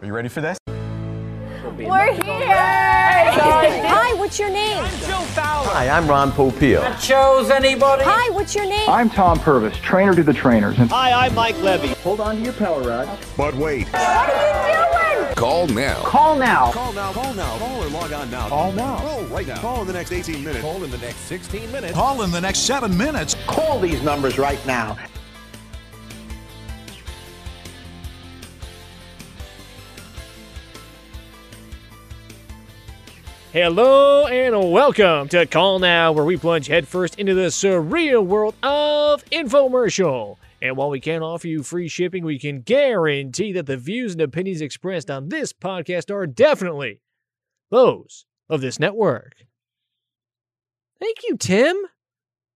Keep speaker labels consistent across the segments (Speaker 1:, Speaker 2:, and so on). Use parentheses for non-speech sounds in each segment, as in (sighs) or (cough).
Speaker 1: Are you ready for this?
Speaker 2: We're here! Hi, what's your name?
Speaker 3: Joe Fowler.
Speaker 4: Hi, I'm Ron Popeil.
Speaker 3: Chose anybody?
Speaker 2: Hi, what's your name?
Speaker 5: I'm Tom Purvis, trainer to the trainers. And
Speaker 6: Hi, I'm Mike Levy.
Speaker 4: Hold on to your power rod.
Speaker 7: But wait,
Speaker 2: What are you doing?
Speaker 7: call now.
Speaker 5: call now.
Speaker 6: Call now, call now, call or log on now.
Speaker 1: Call now.
Speaker 6: Call right now. Call in the next 18 minutes. Call in the next 16 minutes.
Speaker 7: Call in the next seven minutes.
Speaker 4: Call these numbers right now.
Speaker 8: Hello and welcome to Call Now, where we plunge headfirst into the surreal world of infomercial. And while we can't offer you free shipping, we can guarantee that the views and opinions expressed on this podcast are definitely those of this network. Thank you, Tim.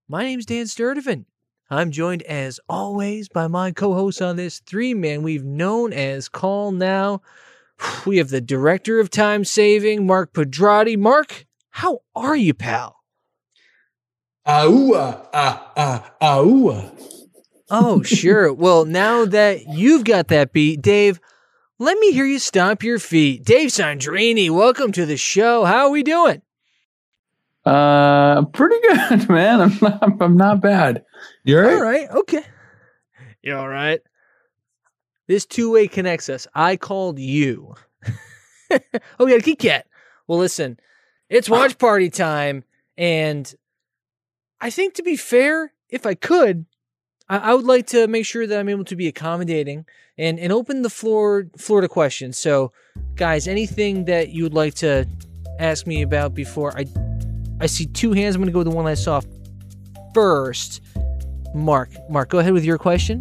Speaker 8: My name's Dan Sturdivant. I'm joined, as always, by my co host on this three man we've known as Call Now, we have the director of time saving, Mark Pedrati. Mark, how are you, pal?
Speaker 9: Aua, ah, ah, aua.
Speaker 8: (laughs) Oh, sure. well, now that you've got that beat, Dave, let me hear you stomp your feet. Dave Sandrini, welcome to the show. How are we doing?
Speaker 9: Uh, pretty good, (laughs) man. I'm not, I'm not bad. You're
Speaker 8: All right. Okay. You all right? This two way connects us. I called you. (laughs) oh, yeah, Geek Cat. Well, listen, it's (gasps) watch party time. And I think, to be fair, if I could, I, I would like to make sure that I'm able to be accommodating and, and open the floor, floor to questions. So, guys, anything that you would like to ask me about before I. I see two hands. I'm going to go with the one I saw first. Mark, Mark, go ahead with your question.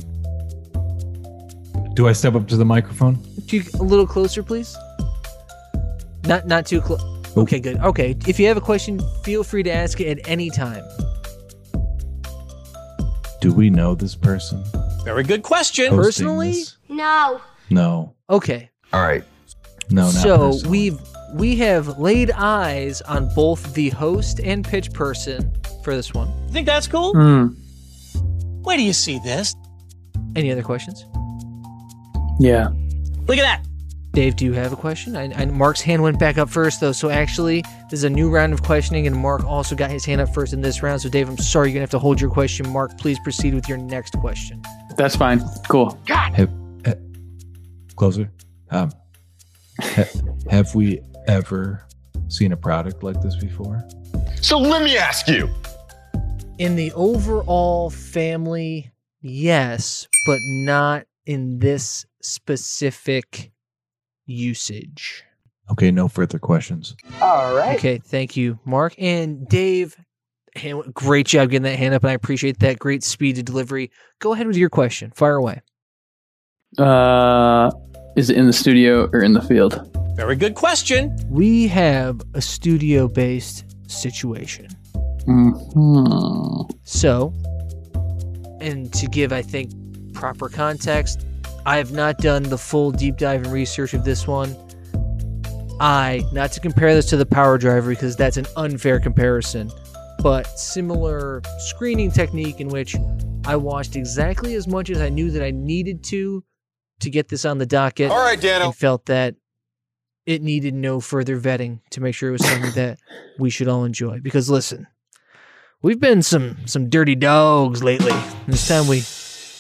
Speaker 10: Do I step up to the microphone?
Speaker 8: Do you, a little closer, please. Not not too close. Okay, good. Okay, if you have a question, feel free to ask it at any time.
Speaker 10: Do we know this person?
Speaker 3: Very good question.
Speaker 10: Hosting
Speaker 8: Personally?
Speaker 10: this?
Speaker 2: No.
Speaker 10: No,
Speaker 8: Okay,
Speaker 1: All right.
Speaker 10: no, not
Speaker 8: so
Speaker 10: personally.
Speaker 8: we've we have laid eyes on both the host and pitch person for this one.
Speaker 3: You think that's cool?
Speaker 9: Hmm.
Speaker 3: Where do you see this?
Speaker 8: Any other questions?
Speaker 9: Yeah.
Speaker 3: Look at that.
Speaker 8: Dave, do you have a question? I, I, Mark's hand went back up first, though, so actually, this is a new round of questioning, and Mark also got his hand up first in this round. So, Dave, I'm sorry you're gonna have to hold your question. Mark, please proceed with your next question.
Speaker 9: That's fine. Cool.
Speaker 10: have, eh, closer. Um, ha- have we ever seen a product like this before?
Speaker 7: So let me ask you.
Speaker 8: in the overall family, yes, but not in this specific usage.
Speaker 10: Okay, no further questions.
Speaker 4: All right.
Speaker 8: Okay, thank you, Mark and Dave. hand- Great job getting that hand up, and I appreciate that great speed to delivery. Go ahead with your question. Fire away.
Speaker 9: Uh, is it in the studio or in the field?
Speaker 3: Very good question.
Speaker 8: We have a studio based situation.
Speaker 9: Hmm.
Speaker 8: So, and to give, I think, proper context, I have not done the full deep dive and research of this one. I, not to compare this to the power driver because that's an unfair comparison, but similar screening technique in which I watched exactly as much as I knew that I needed to to get this on the docket
Speaker 7: All right, Dano.
Speaker 8: and felt that it needed no further vetting to make sure it was something that we should all enjoy. Because listen, we've been some some dirty dogs lately. And it's time we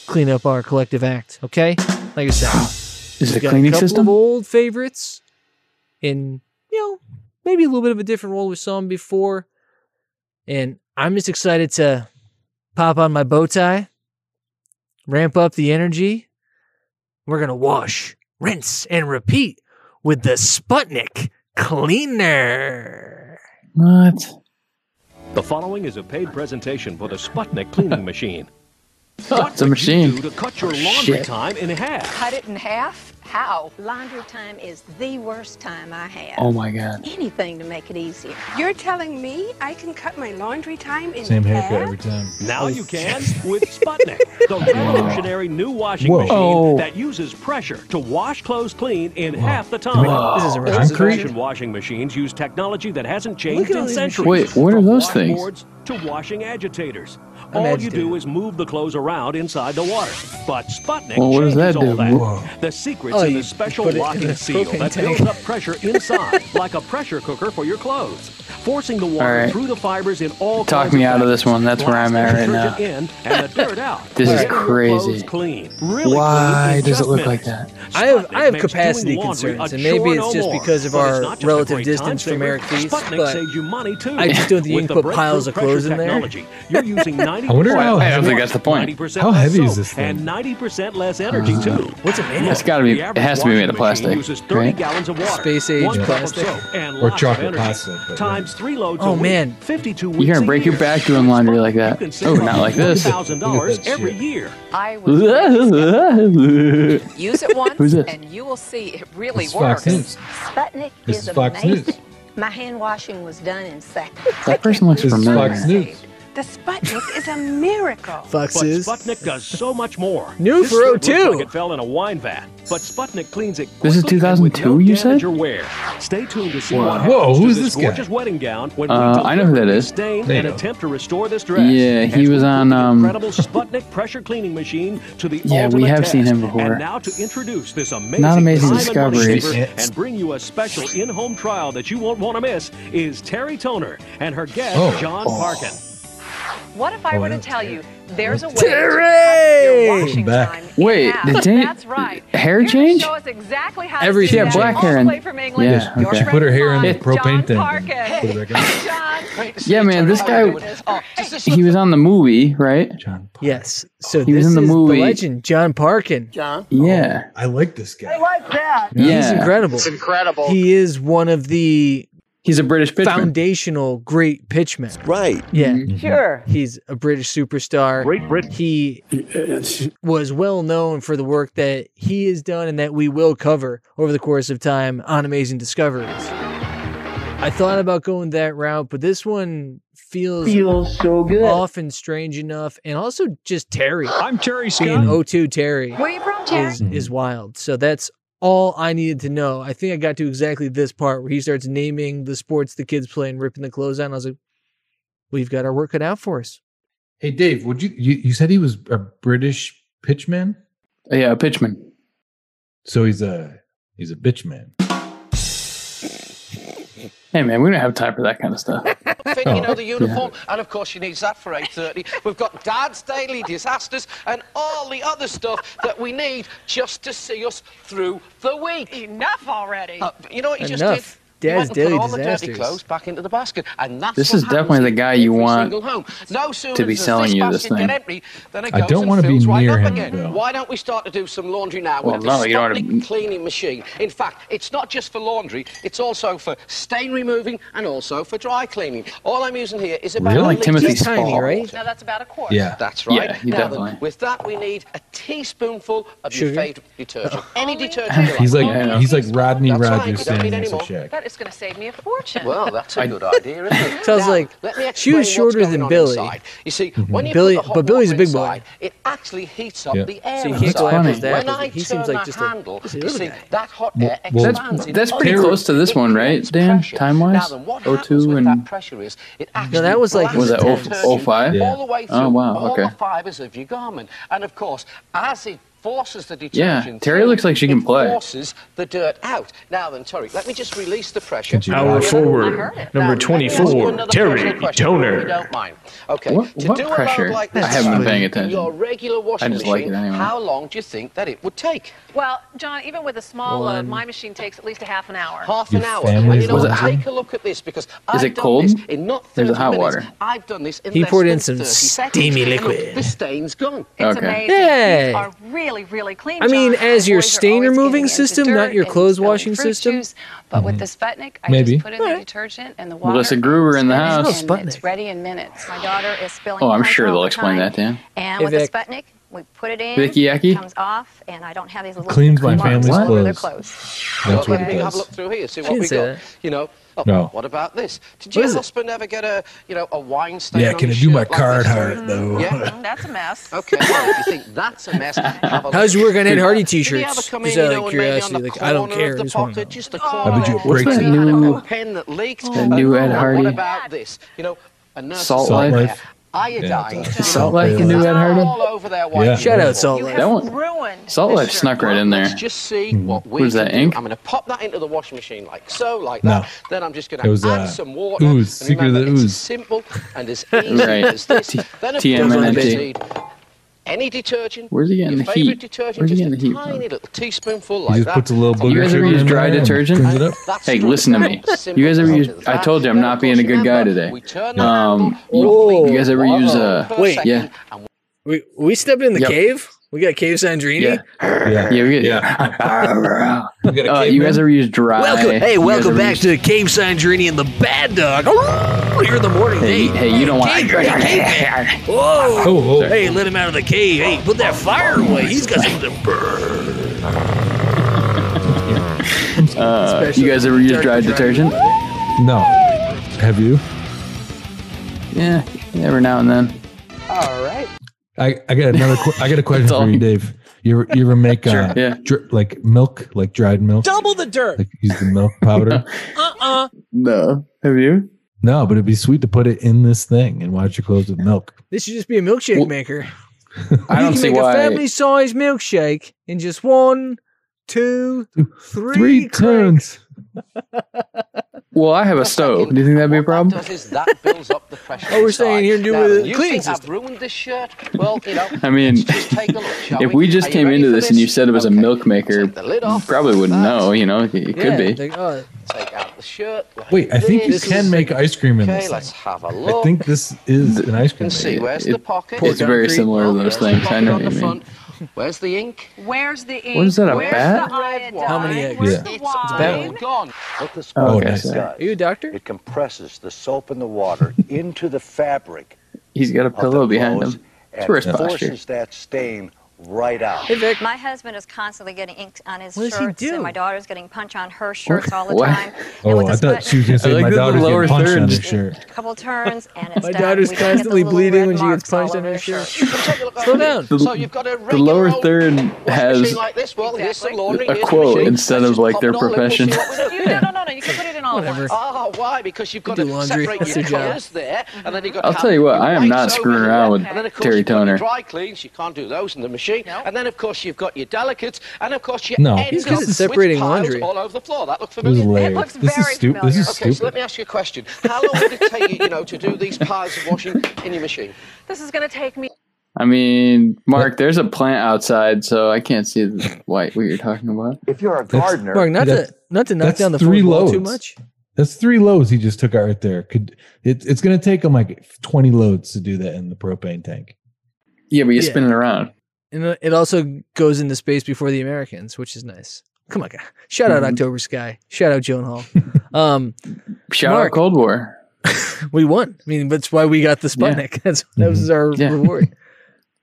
Speaker 8: clean up our collective act. Okay, like I said,
Speaker 9: Is
Speaker 8: we've
Speaker 9: it a
Speaker 8: got
Speaker 9: cleaning
Speaker 8: couple
Speaker 9: system?
Speaker 8: of old favorites, and you know maybe a little bit of a different role we saw them before. And I'm just excited to pop on my bow tie, ramp up the energy. We're gonna wash, rinse, and repeat with the Sputnik cleaner.
Speaker 9: What?
Speaker 6: The following is a paid presentation for the Sputnik
Speaker 9: (laughs)
Speaker 6: cleaning machine.
Speaker 9: Oh, it's a
Speaker 6: Do
Speaker 9: machine.
Speaker 6: to cut your laundry
Speaker 9: shit.
Speaker 6: time in half.
Speaker 11: Cut it in half? How? Laundry time is the worst time I have.
Speaker 9: Oh my god.
Speaker 11: Anything to make it easier. You're telling me I can cut my laundry time in
Speaker 10: Same haircut every time.
Speaker 9: Oh,
Speaker 6: Now you can with Sputnik,
Speaker 9: (laughs)
Speaker 6: the revolutionary new washing
Speaker 10: Whoa.
Speaker 6: machine
Speaker 9: Oh.
Speaker 6: that uses pressure to wash clothes clean in half the time.
Speaker 9: Whoa. This is a
Speaker 6: Old
Speaker 9: concrete?
Speaker 6: fashioned washing machines use technology that hasn't changed
Speaker 8: at all
Speaker 6: in
Speaker 8: these
Speaker 6: centuries.
Speaker 9: machines. Wait, what are
Speaker 6: From
Speaker 9: those
Speaker 6: washboards
Speaker 9: things?
Speaker 6: To washing agitators.
Speaker 9: I'm
Speaker 6: all you
Speaker 9: agitated.
Speaker 6: do is move the clothes around inside the water. But Sputnik
Speaker 9: Well, what does
Speaker 6: changes
Speaker 9: that
Speaker 6: all
Speaker 9: do?
Speaker 6: that.
Speaker 9: Whoa.
Speaker 6: The secret's
Speaker 9: Oh,
Speaker 6: in
Speaker 9: you
Speaker 6: the special
Speaker 9: put it in
Speaker 6: locking
Speaker 9: a
Speaker 6: seal
Speaker 9: propane
Speaker 6: that
Speaker 9: tank.
Speaker 6: builds up pressure inside,
Speaker 9: (laughs)
Speaker 6: like a pressure cooker for your clothes, forcing the water
Speaker 9: All right.
Speaker 6: through the fibers in all.
Speaker 9: Talk
Speaker 6: kinds
Speaker 9: me out of
Speaker 6: vacuums.
Speaker 9: this one. That's where I'm
Speaker 6: Blast
Speaker 9: at
Speaker 6: the
Speaker 9: right now.
Speaker 6: detergent in and the dirt out.
Speaker 9: This is
Speaker 6: Getting your
Speaker 9: crazy.
Speaker 6: clothes Clean. Really clean
Speaker 9: Why
Speaker 6: in
Speaker 9: does it
Speaker 6: just
Speaker 9: look like
Speaker 6: minutes.
Speaker 9: that?
Speaker 8: I have
Speaker 6: Sputnik
Speaker 8: I have
Speaker 6: makes
Speaker 8: capacity
Speaker 6: doing laundry
Speaker 8: concerns,
Speaker 6: a
Speaker 8: and maybe
Speaker 6: chore
Speaker 8: it's
Speaker 6: no
Speaker 8: just
Speaker 6: more.
Speaker 8: because of
Speaker 6: But it's
Speaker 8: our
Speaker 6: not just a
Speaker 8: relative
Speaker 6: great
Speaker 8: distance
Speaker 6: time
Speaker 8: from
Speaker 6: saver.
Speaker 8: Eric Thies,
Speaker 6: Sputnik
Speaker 8: but
Speaker 6: saves you money too.
Speaker 8: I just don't think you
Speaker 6: With
Speaker 8: can
Speaker 6: the
Speaker 8: put piles of
Speaker 6: breakthrough
Speaker 8: clothes
Speaker 6: pressure
Speaker 8: in there.
Speaker 6: technology, You're using 90
Speaker 10: I wonder how I don't think
Speaker 9: that's the point.
Speaker 6: 90%
Speaker 10: How
Speaker 6: less
Speaker 10: heavy is
Speaker 6: soap
Speaker 10: this thing?
Speaker 6: And 90% less energy too. What's it made
Speaker 9: It's got to be. It has to be made of plastic,
Speaker 6: Uses 30
Speaker 9: right?
Speaker 6: gallons of water,
Speaker 8: Space age
Speaker 6: one cup of
Speaker 8: plastic.
Speaker 6: soap, and
Speaker 10: Or
Speaker 6: lots of
Speaker 10: chocolate
Speaker 6: energy,
Speaker 10: plastic, but-
Speaker 6: times three loads.
Speaker 8: Oh,
Speaker 6: a week,
Speaker 8: man.
Speaker 6: 52 weeks.
Speaker 9: You're gonna
Speaker 6: a
Speaker 9: break your
Speaker 6: year.
Speaker 9: back doing laundry like
Speaker 6: You
Speaker 9: that.
Speaker 6: can save
Speaker 9: Oh,
Speaker 6: up
Speaker 9: not
Speaker 6: to
Speaker 9: like this.
Speaker 10: Look
Speaker 6: $1,000
Speaker 10: at that
Speaker 6: every
Speaker 10: shit.
Speaker 6: year.
Speaker 2: I was
Speaker 9: (laughs) Who's
Speaker 2: use it once,
Speaker 9: this?
Speaker 2: and you will see it really
Speaker 10: It's
Speaker 2: works.
Speaker 10: Fox News.
Speaker 2: Sputnik
Speaker 10: This is Fox News.
Speaker 2: My hand washing was done in seconds.
Speaker 9: That person looks
Speaker 10: This is
Speaker 9: familiar.
Speaker 10: Fox News.
Speaker 11: The Sputnik is a
Speaker 9: (laughs)
Speaker 11: miracle.
Speaker 8: Foxes.
Speaker 6: But Sputnik does so much more.
Speaker 8: New
Speaker 6: This
Speaker 8: for
Speaker 6: shirt looks
Speaker 8: O2.
Speaker 6: Like it fell in a wine vat, but Sputnik cleans it.
Speaker 9: This is
Speaker 6: quickly and with
Speaker 9: 2002,
Speaker 6: no
Speaker 9: you
Speaker 6: damage
Speaker 9: said?
Speaker 6: Or wear. Stay tuned to see
Speaker 9: Wow.
Speaker 6: what
Speaker 10: Whoa,
Speaker 6: happens to
Speaker 10: who's
Speaker 6: this
Speaker 10: this guy?
Speaker 6: gorgeous wedding gown when we
Speaker 9: Uh, I know who that is.
Speaker 6: stain
Speaker 10: There you
Speaker 6: and
Speaker 10: go.
Speaker 6: attempt to restore this dress.
Speaker 9: Yeah, he
Speaker 6: As
Speaker 9: was
Speaker 6: we
Speaker 9: on,
Speaker 6: put the
Speaker 9: um,
Speaker 6: incredible Sputnik pressure cleaning machine to the
Speaker 9: Yeah, we
Speaker 6: ultimate
Speaker 9: have
Speaker 6: test.
Speaker 9: seen him before.
Speaker 6: And now to introduce this amazing,
Speaker 9: Amazing
Speaker 6: time and money
Speaker 9: Discoveries.
Speaker 6: saver
Speaker 10: Yes.
Speaker 6: and bring you a special in-home trial that you won't want to miss is Terry Toner and her guest
Speaker 10: Oh.
Speaker 6: John
Speaker 9: Oh.
Speaker 6: Parkin.
Speaker 2: What if I
Speaker 10: Oh,
Speaker 2: were to
Speaker 10: that's
Speaker 2: tell you there's a way
Speaker 8: Terry!
Speaker 2: to cut your washing
Speaker 10: Back.
Speaker 2: time in
Speaker 9: Wait,
Speaker 2: half?
Speaker 9: did they-
Speaker 2: That's right.
Speaker 9: hair
Speaker 2: Here to
Speaker 9: change?
Speaker 2: Show us exactly how
Speaker 8: Every-
Speaker 2: to do
Speaker 8: Yeah,
Speaker 2: that.
Speaker 9: black
Speaker 2: all
Speaker 9: hair
Speaker 2: the
Speaker 9: and-
Speaker 2: way from England,
Speaker 9: Yeah,
Speaker 2: your
Speaker 9: okay.
Speaker 10: She put her hair in the
Speaker 2: friend John
Speaker 10: propane tank. and
Speaker 2: Parkin.
Speaker 10: put it back in.
Speaker 2: John,
Speaker 9: Yeah, man, this guy.
Speaker 2: oh,
Speaker 9: He was on the movie, right?
Speaker 10: John. Parker.
Speaker 8: Yes. So
Speaker 9: He was
Speaker 8: this
Speaker 9: in the
Speaker 8: is
Speaker 9: movie.
Speaker 8: the legend, John Parkin.
Speaker 9: Yeah,
Speaker 10: I like this guy.
Speaker 8: He's
Speaker 9: yeah.
Speaker 8: incredible. It's incredible. He is one of the
Speaker 9: He's a British pitchman.
Speaker 8: foundational great pitchmen.
Speaker 4: Right.
Speaker 8: Yeah.
Speaker 12: Mm-hmm.
Speaker 8: Sure. He's a British superstar. Great Britain. He was well known for the work that he has done and that we will cover over the course of time on Amazing Discoveries. I thought about going that route, but this one feels
Speaker 4: Feels so good.
Speaker 8: off and strange enough, and also just Terry
Speaker 6: I'm Terry
Speaker 8: being O2 Terry
Speaker 11: Where you from, Jack?
Speaker 8: is is wild. So that's all I needed to know. I think I got to exactly this part where he starts naming the sports the kids play and ripping the clothes out. And I was like, "We've got our work cut out for us."
Speaker 10: Hey, Dave, would you, you you said he was a British pitchman?
Speaker 9: Yeah, a pitchman.
Speaker 10: So he's a he's a bitch man.
Speaker 9: Hey, man, we don't have time for that kind of stuff.
Speaker 12: Fit,
Speaker 10: Oh,
Speaker 12: you know, the uniform, and of course she needs that for 8.30. We've got Dad's Daily Disasters and all the other stuff that we need just to see us through the week.
Speaker 11: Enough already.
Speaker 12: Uh, you know what he
Speaker 8: Enough.
Speaker 12: just did? He went
Speaker 8: Dad's
Speaker 12: and put
Speaker 8: Daily
Speaker 12: all the
Speaker 8: Disasters.
Speaker 12: dirty clothes back into the basket, and that's
Speaker 9: This
Speaker 12: what
Speaker 9: is definitely
Speaker 12: happens
Speaker 9: the guy
Speaker 12: in
Speaker 9: you
Speaker 12: every
Speaker 9: want
Speaker 12: single home. No sooner
Speaker 9: to be
Speaker 12: does
Speaker 9: selling
Speaker 12: this
Speaker 9: you
Speaker 12: basket
Speaker 9: this thing.
Speaker 12: Get empty, than it
Speaker 10: I
Speaker 12: goes
Speaker 10: don't
Speaker 12: and
Speaker 10: wanna be
Speaker 12: fills right
Speaker 10: near
Speaker 12: up
Speaker 10: him,
Speaker 12: again.
Speaker 10: though.
Speaker 12: Why don't we start to do some laundry now
Speaker 9: Well,
Speaker 12: with the
Speaker 9: no, you don't wanna-
Speaker 12: Sputnik cleaning machine? In fact, it's not just for laundry; it's also for stain removing and also for dry cleaning. All I'm using here is about
Speaker 10: Really?
Speaker 12: a
Speaker 10: Like
Speaker 12: litre
Speaker 9: Timothy
Speaker 12: of
Speaker 8: Spall.
Speaker 12: water.
Speaker 8: right?
Speaker 2: now that's about a quart.
Speaker 10: Yeah.
Speaker 12: That's
Speaker 9: Yeah,
Speaker 12: right.
Speaker 9: you
Speaker 12: now,
Speaker 9: definitely-
Speaker 12: then, with that, we need a teaspoonful of
Speaker 8: Sugar? Oh.
Speaker 12: your favourite detergent. Any
Speaker 8: (laughs)
Speaker 12: detergent. you
Speaker 10: He's like eh,
Speaker 9: Yeah.
Speaker 10: he's like Rodney
Speaker 12: That's right,
Speaker 10: Rogers
Speaker 12: you don't
Speaker 10: standing
Speaker 12: need
Speaker 10: next to
Speaker 12: any more.
Speaker 10: Shaq.
Speaker 2: That is going to save me a fortune.
Speaker 12: Well, that's a good idea, isn't it?
Speaker 8: (laughs) So I was
Speaker 12: Now,
Speaker 8: like,
Speaker 12: let me
Speaker 8: she was
Speaker 12: explain
Speaker 8: shorter
Speaker 12: what's
Speaker 8: than
Speaker 12: going on
Speaker 8: Billy. Mm-hmm.
Speaker 12: inside. You see, when you
Speaker 8: Billy-
Speaker 12: put the hot
Speaker 8: but Billy's a
Speaker 12: water
Speaker 8: big boy.
Speaker 12: inside, It actually heats up
Speaker 10: Yeah.
Speaker 12: the air.
Speaker 8: So you can't
Speaker 9: go
Speaker 12: inside.
Speaker 9: apples to
Speaker 12: When
Speaker 8: apples,
Speaker 12: I
Speaker 8: but he
Speaker 12: turn
Speaker 8: seems like
Speaker 12: the
Speaker 8: just a-
Speaker 12: handle,
Speaker 8: he's a
Speaker 12: you
Speaker 8: little
Speaker 12: see,
Speaker 8: guy.
Speaker 12: that hot
Speaker 10: Well,
Speaker 12: air
Speaker 10: well,
Speaker 12: expands.
Speaker 9: That's-
Speaker 12: in
Speaker 9: that's
Speaker 12: other
Speaker 9: pretty
Speaker 12: areas.
Speaker 9: close to this
Speaker 12: It
Speaker 9: one, right,
Speaker 12: creates
Speaker 9: Dan?
Speaker 12: pressure.
Speaker 9: Time-wise?
Speaker 12: Now then, what happens
Speaker 9: 02
Speaker 12: with
Speaker 9: and-
Speaker 12: that pressure is it actually
Speaker 8: that was like-
Speaker 12: blasts
Speaker 8: Was that
Speaker 12: the
Speaker 8: 05?
Speaker 12: detergent All the way through
Speaker 9: Oh, wow,
Speaker 12: all
Speaker 9: okay.
Speaker 12: the fibers of your garment, and of course, as it forces the
Speaker 9: Yeah,
Speaker 12: detergent.
Speaker 9: Terry
Speaker 12: through,
Speaker 9: looks like she can
Speaker 12: it
Speaker 9: play.
Speaker 12: Forces the dirt out. Now then, Terry, let me just release the pressure.
Speaker 10: Could you Our
Speaker 12: Yeah,
Speaker 1: forward,
Speaker 12: I heard it. Now,
Speaker 1: number
Speaker 12: let me ask you
Speaker 1: 24,
Speaker 12: another
Speaker 1: Terry
Speaker 12: personal question, if
Speaker 1: Toner.
Speaker 12: you don't mind. Okay.
Speaker 9: What-
Speaker 12: to
Speaker 9: what
Speaker 12: do a
Speaker 9: pressure?
Speaker 12: load like this,
Speaker 9: I haven't been
Speaker 12: Terry,
Speaker 9: paying
Speaker 12: in
Speaker 9: attention.
Speaker 12: Your regular washing
Speaker 9: just like it
Speaker 12: machine,
Speaker 9: anyway.
Speaker 12: How long do you think that it would take?
Speaker 2: Well, John, even with a small load, my machine takes at least a half an hour.
Speaker 12: Half
Speaker 10: Your
Speaker 12: an hour.
Speaker 10: family
Speaker 12: And
Speaker 10: is
Speaker 12: you know,
Speaker 9: Was it
Speaker 12: what?
Speaker 9: hot?
Speaker 12: take a look at this because
Speaker 9: Is
Speaker 12: I've
Speaker 9: it
Speaker 12: done
Speaker 9: cold?
Speaker 12: this in not 30
Speaker 9: There's hot
Speaker 12: minutes.
Speaker 9: water.
Speaker 12: I've done this in
Speaker 8: He
Speaker 12: less
Speaker 8: poured
Speaker 12: than
Speaker 8: in some
Speaker 12: 30 seconds.
Speaker 8: steamy
Speaker 12: And look,
Speaker 8: liquid.
Speaker 12: The stain's gone.
Speaker 2: It's
Speaker 9: Okay.
Speaker 2: amazing.
Speaker 8: Yay.
Speaker 2: These are really, really clean.
Speaker 8: I mean,
Speaker 2: John.
Speaker 8: as
Speaker 2: The
Speaker 8: your
Speaker 2: boys are
Speaker 8: stain
Speaker 2: always
Speaker 8: removing
Speaker 2: getting into
Speaker 8: system, not
Speaker 2: dirt
Speaker 8: your
Speaker 2: and
Speaker 8: clothes
Speaker 2: spilling
Speaker 8: washing
Speaker 2: fruit
Speaker 8: system? Mm-hmm.
Speaker 2: Juice, but with the Sputnik, I
Speaker 10: Maybe.
Speaker 2: just put in the detergent and the water.
Speaker 9: Melissa
Speaker 2: and
Speaker 9: Gruber in the
Speaker 2: spin it,
Speaker 9: house.
Speaker 2: and it's
Speaker 8: Sputnik.
Speaker 2: ready in minutes. My daughter is spilling.
Speaker 9: Oh, I'm
Speaker 2: plenty
Speaker 9: sure
Speaker 2: all
Speaker 9: they'll
Speaker 2: the
Speaker 9: explain
Speaker 2: time.
Speaker 9: that, Dan.
Speaker 2: And
Speaker 8: Hey,
Speaker 2: with the
Speaker 8: Vic.
Speaker 2: Sputnik, we put it in.
Speaker 9: Vicky Yacky?
Speaker 2: It comes off, and I don't have these little
Speaker 10: Cleans my
Speaker 2: marks
Speaker 10: family's
Speaker 2: all over their
Speaker 10: clothes.
Speaker 12: Well,
Speaker 10: That's what
Speaker 12: let
Speaker 10: it
Speaker 12: me have a
Speaker 10: does.
Speaker 12: look through here, see
Speaker 8: didn't
Speaker 12: what we
Speaker 8: say
Speaker 12: got.
Speaker 8: that.
Speaker 12: You know, oh,
Speaker 10: No.
Speaker 12: what about this? Did
Speaker 8: What
Speaker 12: your
Speaker 8: is it?
Speaker 12: husband ever get a, you know, a wine stain?
Speaker 10: Yeah,
Speaker 12: on
Speaker 10: can I
Speaker 12: his
Speaker 10: do my
Speaker 12: shirt like
Speaker 10: card
Speaker 12: this?
Speaker 10: hard though?
Speaker 12: Yeah.
Speaker 2: Mm, That's a mess.
Speaker 9: Oh,
Speaker 12: Okay. Well, if you think that's a mess, have a look.
Speaker 8: How's your work on Ed Hardy
Speaker 12: Did he
Speaker 8: t-shirts?
Speaker 12: ever
Speaker 8: Just
Speaker 12: come in,
Speaker 8: out
Speaker 12: you know,
Speaker 8: of
Speaker 12: and maybe on
Speaker 8: curiosity,
Speaker 12: the
Speaker 8: like I don't
Speaker 12: corner of
Speaker 8: care.
Speaker 12: the
Speaker 8: Just want to
Speaker 12: pocket,
Speaker 8: know.
Speaker 12: just the
Speaker 10: I
Speaker 12: corner
Speaker 10: bet you
Speaker 12: of it?
Speaker 10: breaks
Speaker 9: that
Speaker 10: it.
Speaker 12: And a
Speaker 9: new-
Speaker 12: pen that leaks.
Speaker 9: that Oh. new
Speaker 12: And
Speaker 9: Ed Hardy?
Speaker 12: What about this? You know, a nurse's
Speaker 9: Salt
Speaker 12: nightmare,
Speaker 10: Life?
Speaker 12: iodine.
Speaker 9: Yeah, it's Salt Lake and New Ed Herding.
Speaker 12: All over there, white
Speaker 9: Yeah.
Speaker 12: people.
Speaker 9: Shout out Salt You Lake. have That one-
Speaker 12: ruined
Speaker 9: Salt Lake snuck right in there.
Speaker 12: Let's just see
Speaker 9: Hmm.
Speaker 12: what we
Speaker 9: What is
Speaker 12: can
Speaker 9: that,
Speaker 12: do.
Speaker 9: ink?
Speaker 12: I'm going to pop that into the washing machine like so, like
Speaker 9: No.
Speaker 12: that. Then I'm just going
Speaker 9: It
Speaker 12: to
Speaker 9: was,
Speaker 12: add
Speaker 9: uh,
Speaker 12: some water.
Speaker 9: ooze, secret of
Speaker 12: remember,
Speaker 9: the
Speaker 12: it's
Speaker 9: ooze.
Speaker 12: simple and
Speaker 9: (laughs)
Speaker 12: as easy
Speaker 9: Right.
Speaker 12: as this.
Speaker 9: T-
Speaker 12: then of
Speaker 9: TM
Speaker 12: course,
Speaker 9: and
Speaker 12: you
Speaker 9: NT.
Speaker 12: need any detergent.
Speaker 9: Where's he getting
Speaker 12: your
Speaker 9: the
Speaker 12: favorite
Speaker 9: heat?
Speaker 12: detergent,
Speaker 9: Where's he
Speaker 12: just
Speaker 9: getting the heat
Speaker 12: a tiny little teaspoonful
Speaker 9: He
Speaker 12: like
Speaker 9: just
Speaker 12: that.
Speaker 9: puts a little
Speaker 12: And
Speaker 9: You guys ever
Speaker 12: you're
Speaker 9: use dry
Speaker 12: done.
Speaker 9: detergent?
Speaker 12: That's
Speaker 9: Hey,
Speaker 12: true.
Speaker 9: listen to me. You guys ever use? I told you I'm not being a good guy today. Um, you guys ever use? Uh,
Speaker 8: Wait.
Speaker 9: yeah,
Speaker 8: We we stepped in the
Speaker 9: Yep.
Speaker 8: cave. We got cave Sandrini.
Speaker 9: yeah, yeah, yeah. We get,
Speaker 10: (laughs)
Speaker 9: yeah. uh, you guys ever use dry?
Speaker 8: Welcome, hey,
Speaker 9: you guys
Speaker 8: welcome
Speaker 9: ever
Speaker 8: back
Speaker 9: use-
Speaker 8: to Cave Sandrini and the Bad Dog. Here in the morning,
Speaker 9: Hey, hey, you don't want.
Speaker 8: Cave, man, cave man. Whoa!
Speaker 9: Oh, oh.
Speaker 8: Hey, let him out of the cave. Hey, put that fire away. He's got something to burn.
Speaker 9: Uh, you guys ever use dry detergent?
Speaker 10: No. Have you?
Speaker 9: Yeah, every now and then.
Speaker 12: All right.
Speaker 10: I, I got another. Qu-
Speaker 9: (laughs)
Speaker 10: I got a question for you, Dave. You ever, you ever make uh,
Speaker 9: Sure, yeah.
Speaker 10: dri- like milk, like dried milk?
Speaker 3: Double the dirt.
Speaker 10: Like use the milk
Speaker 9: (laughs)
Speaker 10: powder?
Speaker 3: Uh-uh.
Speaker 9: no. Have you?
Speaker 10: No, but it'd be sweet to put it in this thing and wash your clothes with milk.
Speaker 8: This should just be a milkshake maker.
Speaker 9: I
Speaker 8: you
Speaker 9: don't
Speaker 8: can
Speaker 9: see
Speaker 8: make
Speaker 9: why.
Speaker 8: a family sized milkshake in just one, two, three.
Speaker 9: Three turns. well, I have a stove. Oh, Do you think that'd be a problem?
Speaker 12: does is that builds up the
Speaker 10: (laughs)
Speaker 12: pressure.
Speaker 8: Oh, we're
Speaker 12: inside.
Speaker 8: staying here and doing
Speaker 12: Now,
Speaker 8: the
Speaker 12: you
Speaker 8: cleaning
Speaker 12: think I've ruined this shirt? Well, you know,
Speaker 9: (laughs) I mean, (laughs) if we just came into this and you said it was a milk maker, you probably wouldn't know. You know, it it could be.
Speaker 8: oh,
Speaker 12: take out the shirt. Like
Speaker 10: Wait, I think you
Speaker 12: this.
Speaker 10: can make ice cream in
Speaker 12: Okay,
Speaker 10: this.
Speaker 12: let's have a
Speaker 10: I
Speaker 12: look.
Speaker 10: think this is an ice cream.
Speaker 12: can see
Speaker 10: maker.
Speaker 12: where's the pocket.
Speaker 10: it's very similar to
Speaker 12: Oh, there's
Speaker 10: those
Speaker 12: the
Speaker 10: things. I
Speaker 12: pocket
Speaker 10: know
Speaker 12: on
Speaker 10: what
Speaker 12: the
Speaker 10: you mean.
Speaker 12: front. Where's the ink?
Speaker 2: Where's the ink?
Speaker 9: What is that, a
Speaker 2: Where's
Speaker 9: bat?
Speaker 2: the red
Speaker 8: How
Speaker 2: wine?
Speaker 8: many eggs?
Speaker 2: Where's
Speaker 8: Yeah.
Speaker 2: the
Speaker 8: It's a
Speaker 2: wine?
Speaker 8: bat.
Speaker 12: Gone. Look this
Speaker 9: Oh, okay, sorry.
Speaker 8: Are you a doctor?
Speaker 13: It compresses the soap and the
Speaker 12: (laughs)
Speaker 13: water into the fabric
Speaker 9: He's got a
Speaker 13: of the
Speaker 9: pillow behind
Speaker 13: clothes
Speaker 9: him.
Speaker 13: and
Speaker 9: Tourist posture.
Speaker 13: forces that stain right out.
Speaker 14: My husband is constantly getting ink on his
Speaker 13: What does he
Speaker 14: shirts,
Speaker 13: do?
Speaker 14: and my daughter's getting punch on her shirts all the
Speaker 10: What?
Speaker 14: time. And
Speaker 10: Oh,
Speaker 14: with
Speaker 10: I
Speaker 14: a
Speaker 10: thought she was going to
Speaker 9: I
Speaker 10: say
Speaker 9: like
Speaker 10: my
Speaker 9: that the
Speaker 10: daughter's
Speaker 9: lower
Speaker 10: getting punched
Speaker 9: third
Speaker 10: on her
Speaker 9: just-
Speaker 10: shirt.
Speaker 14: couple turns, and it's
Speaker 8: My
Speaker 14: done.
Speaker 8: daughter's
Speaker 14: We don't get the
Speaker 8: constantly
Speaker 14: little
Speaker 8: bleeding
Speaker 14: red
Speaker 8: when she
Speaker 14: marks
Speaker 8: gets
Speaker 14: all
Speaker 8: punched on
Speaker 14: over
Speaker 8: her
Speaker 14: shirt.
Speaker 13: (laughs)
Speaker 8: Slow down.
Speaker 9: The, the lower third has
Speaker 12: Like this. Well, here's the laundry.
Speaker 9: a
Speaker 12: here's the
Speaker 9: quote
Speaker 12: machine.
Speaker 9: instead
Speaker 12: Let's
Speaker 9: of
Speaker 12: just
Speaker 9: like
Speaker 12: pop
Speaker 9: their
Speaker 12: it all in. We'll
Speaker 9: profession.
Speaker 12: see what we do.
Speaker 2: No, no, no, no. You can put it in all.
Speaker 12: Whatever. Oh, why? Because you've got to
Speaker 2: laundry.
Speaker 12: separate your
Speaker 2: Sit down.
Speaker 12: colours there, and then you've got.
Speaker 9: I'll
Speaker 12: to
Speaker 9: tell
Speaker 12: have
Speaker 9: you what,
Speaker 12: your
Speaker 9: I am
Speaker 12: whites
Speaker 9: not
Speaker 12: over
Speaker 9: screwing
Speaker 12: here,
Speaker 9: around with
Speaker 12: and then, of course,
Speaker 9: Terry
Speaker 12: you've got your
Speaker 9: Toner.
Speaker 12: Dry cleans, you can't do those in the machine. And then, of course, you've got your delicates, and of course, your
Speaker 10: No.
Speaker 12: end
Speaker 10: He's good
Speaker 12: up
Speaker 10: at
Speaker 12: with
Speaker 10: separating
Speaker 12: piles
Speaker 10: laundry.
Speaker 12: all over the floor. That looks
Speaker 10: This is
Speaker 12: familiar.
Speaker 10: layered. This is stu- this is
Speaker 12: Okay, so
Speaker 10: stupid.
Speaker 12: let me ask you a question. How long would it take you, you know, to do these piles of washing in your machine?
Speaker 2: This is going to take me.
Speaker 9: I mean, Mark, there's a plant outside, so I can't see the white what you're talking about.
Speaker 13: If you're a
Speaker 10: That's-
Speaker 13: gardener,
Speaker 8: Mark, not
Speaker 10: That's-
Speaker 8: to not to knock
Speaker 10: that's
Speaker 8: down the
Speaker 10: three
Speaker 8: fourth wall too
Speaker 10: loads.
Speaker 8: much.
Speaker 10: That's three loads he just took out right there. Could it, it's going to take him like twenty loads to do that in the propane tank.
Speaker 9: Yeah, but you
Speaker 8: Yeah.
Speaker 9: spin it around.
Speaker 8: And uh, it also goes into space before the Americans, which is nice. Come on, guy. Shout out
Speaker 10: Mm-hmm.
Speaker 9: Mhm.
Speaker 8: October Sky. Shout out Joan Hall. (laughs) Um,
Speaker 9: Shout
Speaker 8: Mark.
Speaker 9: out Cold War.
Speaker 8: we won. I mean, that's why we got the Sputnik. (laughs) That's that
Speaker 10: Mm-hmm.
Speaker 8: was our
Speaker 9: Yeah. (laughs)
Speaker 8: reward.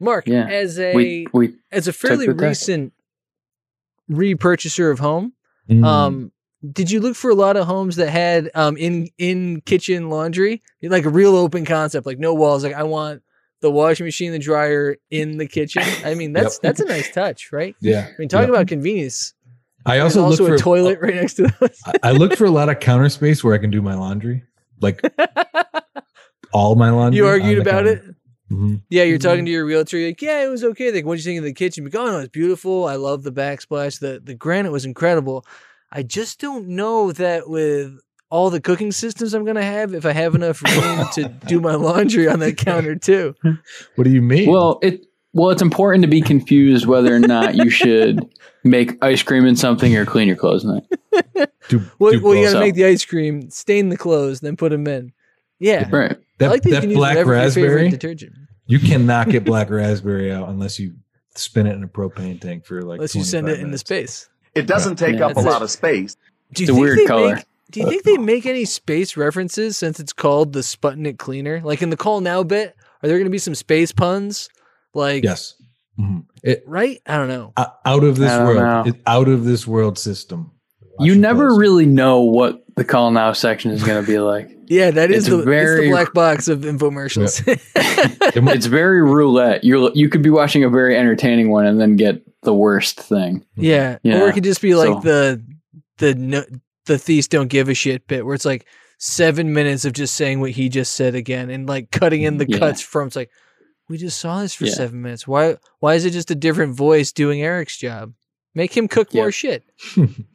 Speaker 8: Mark,
Speaker 9: Yeah.
Speaker 8: as a
Speaker 9: We- we
Speaker 8: as a
Speaker 9: took
Speaker 8: fairly
Speaker 9: the test.
Speaker 8: recent repurchaser of home,
Speaker 10: Mm.
Speaker 8: um, did you look for a lot of homes that had um in in kitchen laundry, like a real open concept, like no walls? Like I want the washing machine, the dryer in the kitchen. I mean, that's
Speaker 10: Yep.
Speaker 8: that's a nice touch, right?
Speaker 10: Yeah.
Speaker 8: I mean, talk
Speaker 10: Yep.
Speaker 8: about convenience.
Speaker 10: I
Speaker 8: There's
Speaker 10: also,
Speaker 8: also
Speaker 10: look
Speaker 8: a
Speaker 10: for
Speaker 8: toilet
Speaker 10: (laughs)
Speaker 8: right next to those.
Speaker 10: I- I look for a lot of counter space where I can do my laundry, like all my laundry.
Speaker 8: You argued
Speaker 10: on the
Speaker 8: about
Speaker 10: counter.
Speaker 8: it.
Speaker 10: Mhm.
Speaker 8: Yeah, you're talking to your realtor. You're like, yeah, it was okay. Like, what do you think of the kitchen? Like, oh no, it's beautiful. I love the backsplash. The the granite was incredible. I just don't know that with all the cooking systems I'm gonna have, if I have enough room to
Speaker 10: (laughs)
Speaker 8: do my laundry on that counter too.
Speaker 10: What do you mean?
Speaker 9: Well, it well, it's important to be confused whether or not you should make ice cream in something or clean your clothes in it.
Speaker 8: Well, well you
Speaker 9: both.
Speaker 8: gotta
Speaker 9: So-
Speaker 8: make the ice cream, stain the clothes, then put them in. Yeah,
Speaker 9: Right.
Speaker 8: I
Speaker 10: That,
Speaker 8: like that you
Speaker 10: that
Speaker 8: can use
Speaker 10: black
Speaker 8: whatever your favorite
Speaker 10: raspberry
Speaker 8: detergent.
Speaker 10: You cannot get black raspberry out unless you spin it in a propane tank for like.
Speaker 8: unless you send
Speaker 10: 25
Speaker 8: it into
Speaker 10: minutes.
Speaker 8: space.
Speaker 15: It doesn't take
Speaker 8: Yeah.
Speaker 15: up a
Speaker 8: That's
Speaker 15: lot
Speaker 8: it.
Speaker 15: of space.
Speaker 8: Do you
Speaker 9: It's a
Speaker 8: think
Speaker 9: weird
Speaker 8: they
Speaker 9: color.
Speaker 8: Make, do you think they make any space references since it's called the Sputnik Cleaner? Like in the call now bit, are there going to be some space puns? Like
Speaker 10: Yes. Mhm. It,
Speaker 8: right? I don't know.
Speaker 10: o- out of this
Speaker 9: I don't
Speaker 10: world.
Speaker 9: know.
Speaker 10: It, out of this world system.
Speaker 9: You never really know what the call now section is going to be like.
Speaker 8: Yeah, that is
Speaker 9: It's
Speaker 8: the, it's
Speaker 9: very-
Speaker 8: the black box of infomercials. (laughs)
Speaker 12: (laughs)
Speaker 9: it's very roulette. You you could be watching a very entertaining one and then get the worst thing.
Speaker 8: yeah.
Speaker 9: Yeah,
Speaker 8: or it could just be like
Speaker 9: so-
Speaker 8: the the no, the thieves don't give a shit bit, where it's like seven minutes of just saying what he just said again and like cutting in the
Speaker 1: Yeah.
Speaker 8: cuts from it's like we just saw this for
Speaker 1: Yeah.
Speaker 8: seven minutes. Why why is it just a different voice doing Eric's job? Make him cook more shit.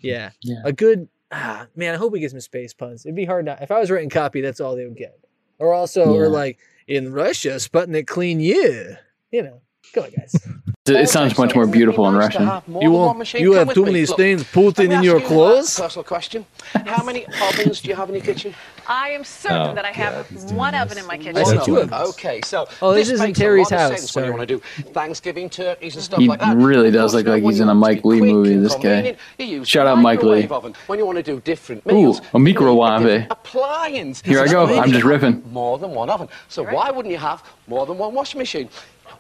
Speaker 8: yeah. A good ah, man, I hope he gets some space puns. It'd be hard not if I was writing copy, that's all they would get. Or also or
Speaker 9: Yeah.
Speaker 8: like in Russia, Sputnik clean you. You know. Go on, guys.
Speaker 9: It, it sounds much more beautiful in Russian.
Speaker 8: You want you have too many stains Putin in your clothes?
Speaker 12: Personal question. How many ovens do you have in your kitchen?
Speaker 2: I am
Speaker 9: Oh,
Speaker 2: certain that I have one oven in my kitchen.
Speaker 12: One
Speaker 8: two
Speaker 12: oven.
Speaker 8: ovens.
Speaker 12: Okay, so
Speaker 8: Oh, this
Speaker 12: makes
Speaker 8: isn't
Speaker 12: a
Speaker 8: Terry's
Speaker 12: lot of
Speaker 8: house,
Speaker 12: sense when you
Speaker 8: sorry.
Speaker 12: want to do Thanksgiving turkeys and stuff
Speaker 9: He
Speaker 12: like that.
Speaker 9: really does look like he's in a Mike Lee movie. This guy.
Speaker 12: Convenient. You use
Speaker 9: Shout out Mike Lee.
Speaker 12: microwave oven when you want to do different
Speaker 9: Ooh,
Speaker 12: meals.
Speaker 9: a microwave.
Speaker 12: appliance.
Speaker 9: Here I
Speaker 12: So
Speaker 9: go.
Speaker 12: that
Speaker 9: I'm
Speaker 12: means
Speaker 9: just
Speaker 12: you have
Speaker 9: riffing.
Speaker 12: More than one oven. So why wouldn't you have more than one washing machine?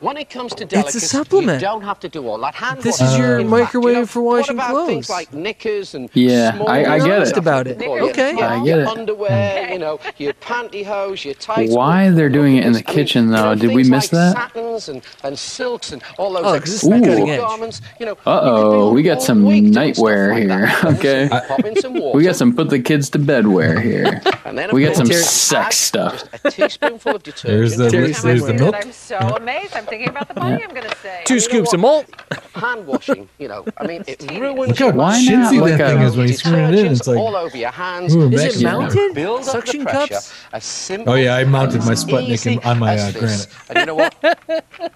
Speaker 12: When it comes to
Speaker 8: It's a
Speaker 12: delicacies,
Speaker 8: supplement.
Speaker 12: you don't have to do all that hand
Speaker 8: This
Speaker 12: washing.
Speaker 8: is your
Speaker 12: In fact,
Speaker 8: microwave
Speaker 12: you know,
Speaker 8: for washing
Speaker 12: what about Things
Speaker 8: clothes.
Speaker 12: like knickers and
Speaker 9: Yeah,
Speaker 12: small
Speaker 9: I- I get it. Honest
Speaker 8: about it.
Speaker 12: Your-
Speaker 8: Okay.
Speaker 12: your
Speaker 9: I get it.
Speaker 12: Underwear, you know, your pantyhose, your tights.
Speaker 9: Why they're doing it in the kitchen though? Did we
Speaker 12: Things
Speaker 9: miss
Speaker 12: like
Speaker 9: that?
Speaker 12: Satins and, and silks and all those
Speaker 8: Oh, 'cause it's not
Speaker 12: expensive
Speaker 9: cutting edge.
Speaker 12: garments. You know,
Speaker 9: Uh oh, we got some nightwear here. (laughs) Okay.
Speaker 12: pop in some water.
Speaker 9: We got some put the kids to bed wear here.
Speaker 12: (laughs) And then, of
Speaker 9: We got some
Speaker 12: course, add
Speaker 9: sex stuff.
Speaker 12: A teaspoonful of detergent.
Speaker 9: There's the-
Speaker 12: Every time
Speaker 9: there's
Speaker 12: I
Speaker 9: the
Speaker 12: wear
Speaker 9: milk.
Speaker 12: it,
Speaker 2: I'm so amazed. I'm thinking about the money I'm going to save.
Speaker 12: Two You know scoops of
Speaker 8: malt.
Speaker 12: Hand washing, you know, I mean,
Speaker 9: (laughs)
Speaker 12: it ruins
Speaker 10: Look how
Speaker 12: your
Speaker 10: chintzy
Speaker 12: body.
Speaker 10: that thing is when you screw it in. It's like,
Speaker 12: all over your hands.
Speaker 10: Ooh, Is it Mexican. mounted?
Speaker 12: Build up the
Speaker 8: Suction
Speaker 12: pressure.
Speaker 8: cups?
Speaker 12: A simple
Speaker 10: oh yeah, I mounted my
Speaker 12: and
Speaker 10: Sputnik
Speaker 12: easy
Speaker 10: in, on my
Speaker 12: as this.
Speaker 10: uh, granite.
Speaker 12: And you know what?
Speaker 9: (laughs)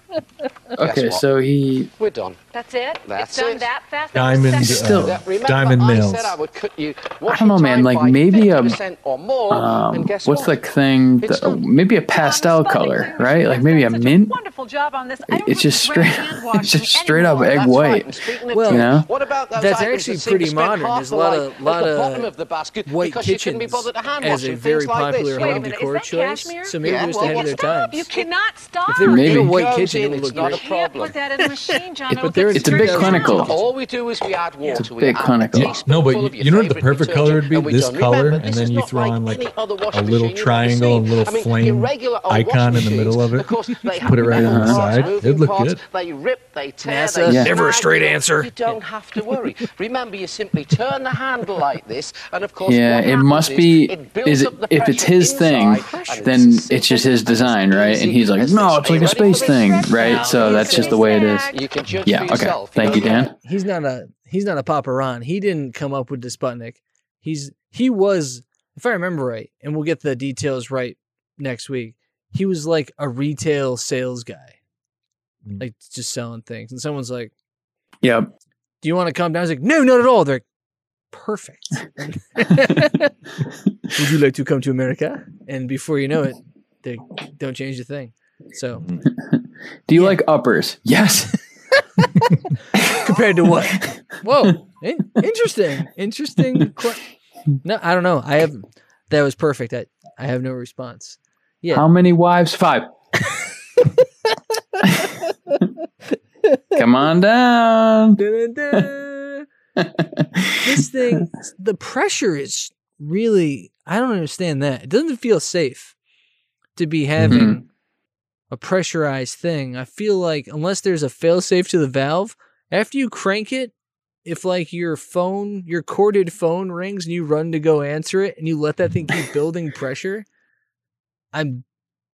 Speaker 9: Okay,
Speaker 12: what?
Speaker 9: so he.
Speaker 12: We're done.
Speaker 2: That's it?
Speaker 12: That's
Speaker 2: it's done
Speaker 12: it.
Speaker 2: that fast?
Speaker 9: Diamond,
Speaker 10: uh,
Speaker 2: That's-
Speaker 9: Still,
Speaker 12: That- remember,
Speaker 9: diamond
Speaker 12: I
Speaker 9: nails.
Speaker 12: said I would cut you.
Speaker 9: I don't know, man. Like maybe a um,
Speaker 12: guess
Speaker 9: what's the
Speaker 12: what?
Speaker 9: thing? The, uh, maybe a pastel color, right? Like maybe a mint.
Speaker 2: Wonderful job on this.
Speaker 9: It- It's just straight. (laughs) It's just straight up egg white.
Speaker 8: Well,
Speaker 9: you know.
Speaker 12: What about those
Speaker 8: That's
Speaker 12: items
Speaker 8: actually
Speaker 12: that seem to
Speaker 8: pretty
Speaker 12: spend
Speaker 8: modern.
Speaker 12: half
Speaker 8: There's a
Speaker 12: the
Speaker 8: lot
Speaker 12: life
Speaker 8: of-
Speaker 12: at
Speaker 8: lot
Speaker 12: the
Speaker 8: of
Speaker 12: bottom of the basket
Speaker 8: white
Speaker 12: because you couldn't be
Speaker 8: kitchens
Speaker 12: bothered to hand
Speaker 8: as
Speaker 12: wash
Speaker 8: a
Speaker 12: and things
Speaker 8: very
Speaker 12: like
Speaker 8: popular
Speaker 12: this.
Speaker 8: home decor choice.
Speaker 2: cashmere?
Speaker 8: So maybe
Speaker 12: Yeah,
Speaker 8: they're just
Speaker 12: well,
Speaker 8: ahead of their
Speaker 2: Stop.
Speaker 8: times.
Speaker 2: You cannot stop.
Speaker 8: If they were in
Speaker 9: Maybe.
Speaker 8: a white
Speaker 12: Goes
Speaker 8: kitchen, it
Speaker 12: in,
Speaker 8: would
Speaker 12: it's
Speaker 8: look
Speaker 12: not a
Speaker 8: great.
Speaker 12: problem.
Speaker 2: Put that in a machine, John.
Speaker 8: But they're in
Speaker 9: It's a big clinical.
Speaker 12: All we do is we add water.
Speaker 9: It's a
Speaker 12: we
Speaker 9: big
Speaker 12: add
Speaker 9: clinical.
Speaker 12: taste
Speaker 10: No, but
Speaker 12: full
Speaker 10: you,
Speaker 12: of your
Speaker 10: you know what the
Speaker 12: favourite
Speaker 10: perfect color would be?
Speaker 12: detergent, and we
Speaker 10: This
Speaker 12: done.
Speaker 10: color,
Speaker 12: Remember,
Speaker 10: and
Speaker 12: this
Speaker 10: then
Speaker 12: is
Speaker 10: you
Speaker 12: not
Speaker 10: throw
Speaker 12: like
Speaker 10: on like
Speaker 12: any other
Speaker 10: a
Speaker 12: washing
Speaker 10: little
Speaker 12: machine you've ever
Speaker 10: triangle and a
Speaker 12: seen.
Speaker 10: little
Speaker 12: I mean, your
Speaker 10: flame
Speaker 12: regular old
Speaker 10: icon in the
Speaker 12: washing
Speaker 10: middle of
Speaker 12: machines,
Speaker 10: it.
Speaker 12: of course, they
Speaker 10: Put it
Speaker 12: have
Speaker 10: right on the
Speaker 12: metal parts,
Speaker 10: side.
Speaker 12: moving
Speaker 10: It'd look
Speaker 12: parts,
Speaker 10: good.
Speaker 12: They rip, they tear,
Speaker 8: NASA,
Speaker 12: they
Speaker 10: Yeah.
Speaker 8: never a
Speaker 12: snag,
Speaker 8: straight
Speaker 12: you know,
Speaker 8: answer.
Speaker 12: You don't have to worry. Remember, you simply turn the handle like this, and of course,
Speaker 9: Yeah,
Speaker 12: what
Speaker 9: it
Speaker 12: happens
Speaker 9: must
Speaker 12: is
Speaker 9: be.
Speaker 12: it builds
Speaker 9: Is it
Speaker 12: up the
Speaker 9: if it's
Speaker 12: pressure
Speaker 9: his thing,
Speaker 12: inside, and
Speaker 9: then it's just his design, right? And he's like, no, it's like a space thing, right? So that's just the way it is.
Speaker 12: You can judge
Speaker 9: Yeah.
Speaker 12: for
Speaker 9: Okay.
Speaker 12: yourself.
Speaker 9: Thank you,
Speaker 12: know?
Speaker 9: Dan.
Speaker 8: He's not a he's not a paparan. He didn't come up with the Sputnik. He's he was, if I remember right, and we'll get the details right next week. He was like a retail sales guy, like just selling things. And someone's like,
Speaker 9: Yep.
Speaker 8: "Do you want to come down?" He's like, "No, not at all." They're like, (laughs) "Perfect." Would you like to come to America? And before you know it, they don't change a thing. So
Speaker 9: Do you like uppers? Yes.
Speaker 8: compared to what? (laughs) Whoa, in- interesting, interesting. que- no, I don't know. I have that was perfect. I I have no response. Yeah.
Speaker 9: (laughs) How many wives? Five. Come on down.
Speaker 8: Dun-dun-dun. this thing, the pressure is really. I don't understand that. It doesn't feel safe to be having a pressurized thing. I feel like unless there's a failsafe to the valve, after you crank it, if like your phone, your corded phone rings and you run to go answer it and you let that thing keep building pressure, I'm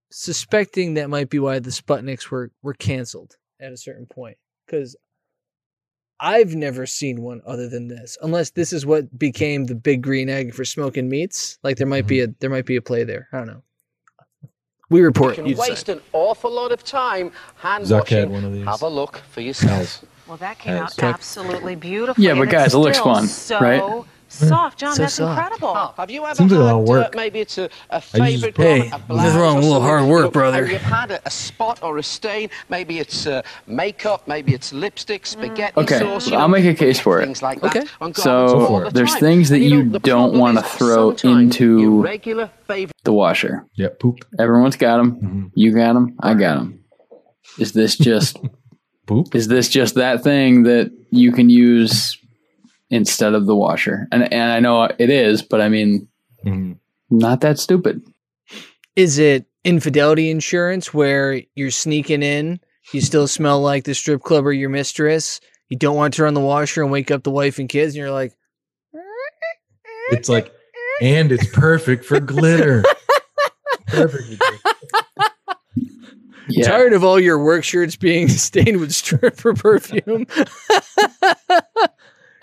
Speaker 8: suspecting that might be why the Sputniks were were canceled at a certain point cuz I've never seen one other than this unless this is what became the big green egg for smoking meats like there might be a there might be a play there I don't know we
Speaker 12: You
Speaker 8: report
Speaker 12: can
Speaker 8: you decide.
Speaker 12: waste an awful lot of time hand
Speaker 10: Zuck
Speaker 12: washing.
Speaker 10: had one of these.
Speaker 12: Have a look for yourself.
Speaker 2: Well, that came out
Speaker 10: Okay.
Speaker 2: absolutely beautiful.
Speaker 9: Yeah, but guys, it looks fun,
Speaker 2: so
Speaker 9: right?
Speaker 2: Soft, John.
Speaker 9: So
Speaker 2: that's
Speaker 9: soft.
Speaker 2: incredible.
Speaker 8: Oh.
Speaker 12: Oh, Have you ever
Speaker 9: Seems like a
Speaker 12: had
Speaker 9: lot of
Speaker 12: dirt?
Speaker 9: work.
Speaker 12: Maybe it's a, a
Speaker 9: I
Speaker 12: favorite.
Speaker 9: usu's
Speaker 12: garment,
Speaker 9: Hey,
Speaker 12: a
Speaker 9: nothing
Speaker 12: blouse
Speaker 9: wrong
Speaker 12: or
Speaker 9: with a little hard
Speaker 12: something,
Speaker 9: work,
Speaker 12: and
Speaker 9: brother.
Speaker 12: You've had a, a spot or a stain. Maybe it's uh, makeup. Maybe it's lipstick, spaghetti
Speaker 9: Okay,
Speaker 12: sauce. you
Speaker 9: I'll
Speaker 12: know,
Speaker 9: make a case for it.
Speaker 12: things like that. On garments all
Speaker 9: So
Speaker 12: the
Speaker 9: there's
Speaker 12: time.
Speaker 9: things that
Speaker 12: You know,
Speaker 9: you
Speaker 12: the
Speaker 9: don't
Speaker 12: problem
Speaker 9: want to
Speaker 12: is
Speaker 9: throw
Speaker 12: sometimes your
Speaker 9: into
Speaker 12: regular favorite.
Speaker 9: the washer.
Speaker 10: Yeah, poop.
Speaker 9: Everyone's got them. You got them. I got them. Is this just
Speaker 10: poop?
Speaker 9: Is this just that thing that you can use instead of the washer? And and I know it is, but I mean,
Speaker 10: Mm-hmm.
Speaker 9: not that stupid.
Speaker 8: Is it infidelity insurance where you're sneaking in, you still smell like the strip club or your mistress, you don't want to turn on the washer and wake up the wife and kids, and you're like,
Speaker 10: It's like and it's perfect for
Speaker 8: (laughs)
Speaker 10: glitter.
Speaker 8: Tired of all your work shirts being (laughs) stained with stripper perfume.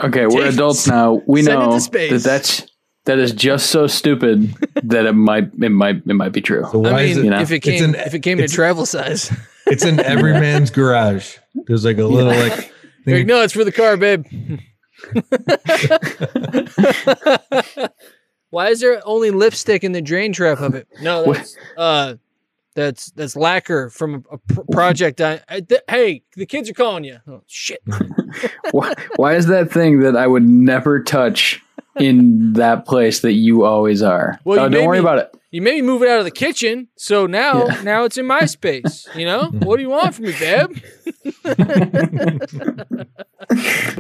Speaker 9: Okay, we're
Speaker 8: Take-
Speaker 9: adults now. We
Speaker 8: send it to
Speaker 9: know
Speaker 8: space.
Speaker 9: that that's that is just so stupid that it might it might it might be true.
Speaker 10: why is it-
Speaker 8: if it
Speaker 10: It's
Speaker 8: came,
Speaker 10: an-
Speaker 8: if it came in a
Speaker 10: it's-
Speaker 8: travel
Speaker 10: (laughs)
Speaker 8: size,
Speaker 10: It's in every man's garage. There's like a little
Speaker 9: (laughs)
Speaker 10: like
Speaker 8: They're like, no, it's for the
Speaker 10: (laughs)
Speaker 8: car, babe. Why is there only lipstick in the drain trap of it? No,
Speaker 9: What-
Speaker 8: that's uh, that's that's lacquer from a, a pr- project. I, I th- hey, the kids are calling you. Oh, shit.
Speaker 9: why, why is that thing that I would never touch in that place that you always are?
Speaker 8: Well,
Speaker 9: oh,
Speaker 8: you
Speaker 9: don't
Speaker 8: made
Speaker 9: worry
Speaker 8: me-
Speaker 9: about it.
Speaker 8: You made me move it out of the kitchen, so now now it's in my space. You
Speaker 10: (laughs)
Speaker 8: know, what do you want from me, babe?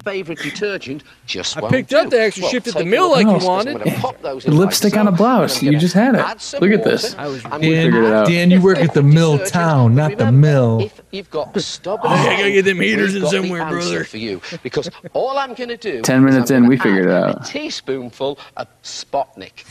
Speaker 12: Favorite detergent just
Speaker 8: I
Speaker 12: won't
Speaker 8: picked up
Speaker 12: do.
Speaker 8: the extra
Speaker 12: Well,
Speaker 8: shift at
Speaker 12: take
Speaker 8: the
Speaker 12: a
Speaker 8: mill
Speaker 12: look
Speaker 8: like
Speaker 12: at
Speaker 8: you
Speaker 12: this. I'm
Speaker 8: wanted.
Speaker 12: gonna pop those in
Speaker 9: Lipstick on a blouse. You just had
Speaker 12: add
Speaker 9: it.
Speaker 12: some
Speaker 9: Look at
Speaker 12: water.
Speaker 9: this.
Speaker 12: I was-
Speaker 9: We
Speaker 12: I'm
Speaker 10: Dan,
Speaker 9: figured it out.
Speaker 10: Dan, you work at the mill town, not the mill.
Speaker 12: You've got stubborn.
Speaker 8: I gotta get them
Speaker 12: We've
Speaker 8: heaters in
Speaker 12: got the
Speaker 8: somewhere,
Speaker 12: answer
Speaker 8: brother.
Speaker 12: For you, because all I'm going to do.
Speaker 9: (laughs) Ten
Speaker 12: is
Speaker 9: minutes
Speaker 12: I'm
Speaker 9: in,
Speaker 12: gonna
Speaker 9: we figured it
Speaker 12: add A
Speaker 9: out.
Speaker 12: teaspoonful of Spotnik.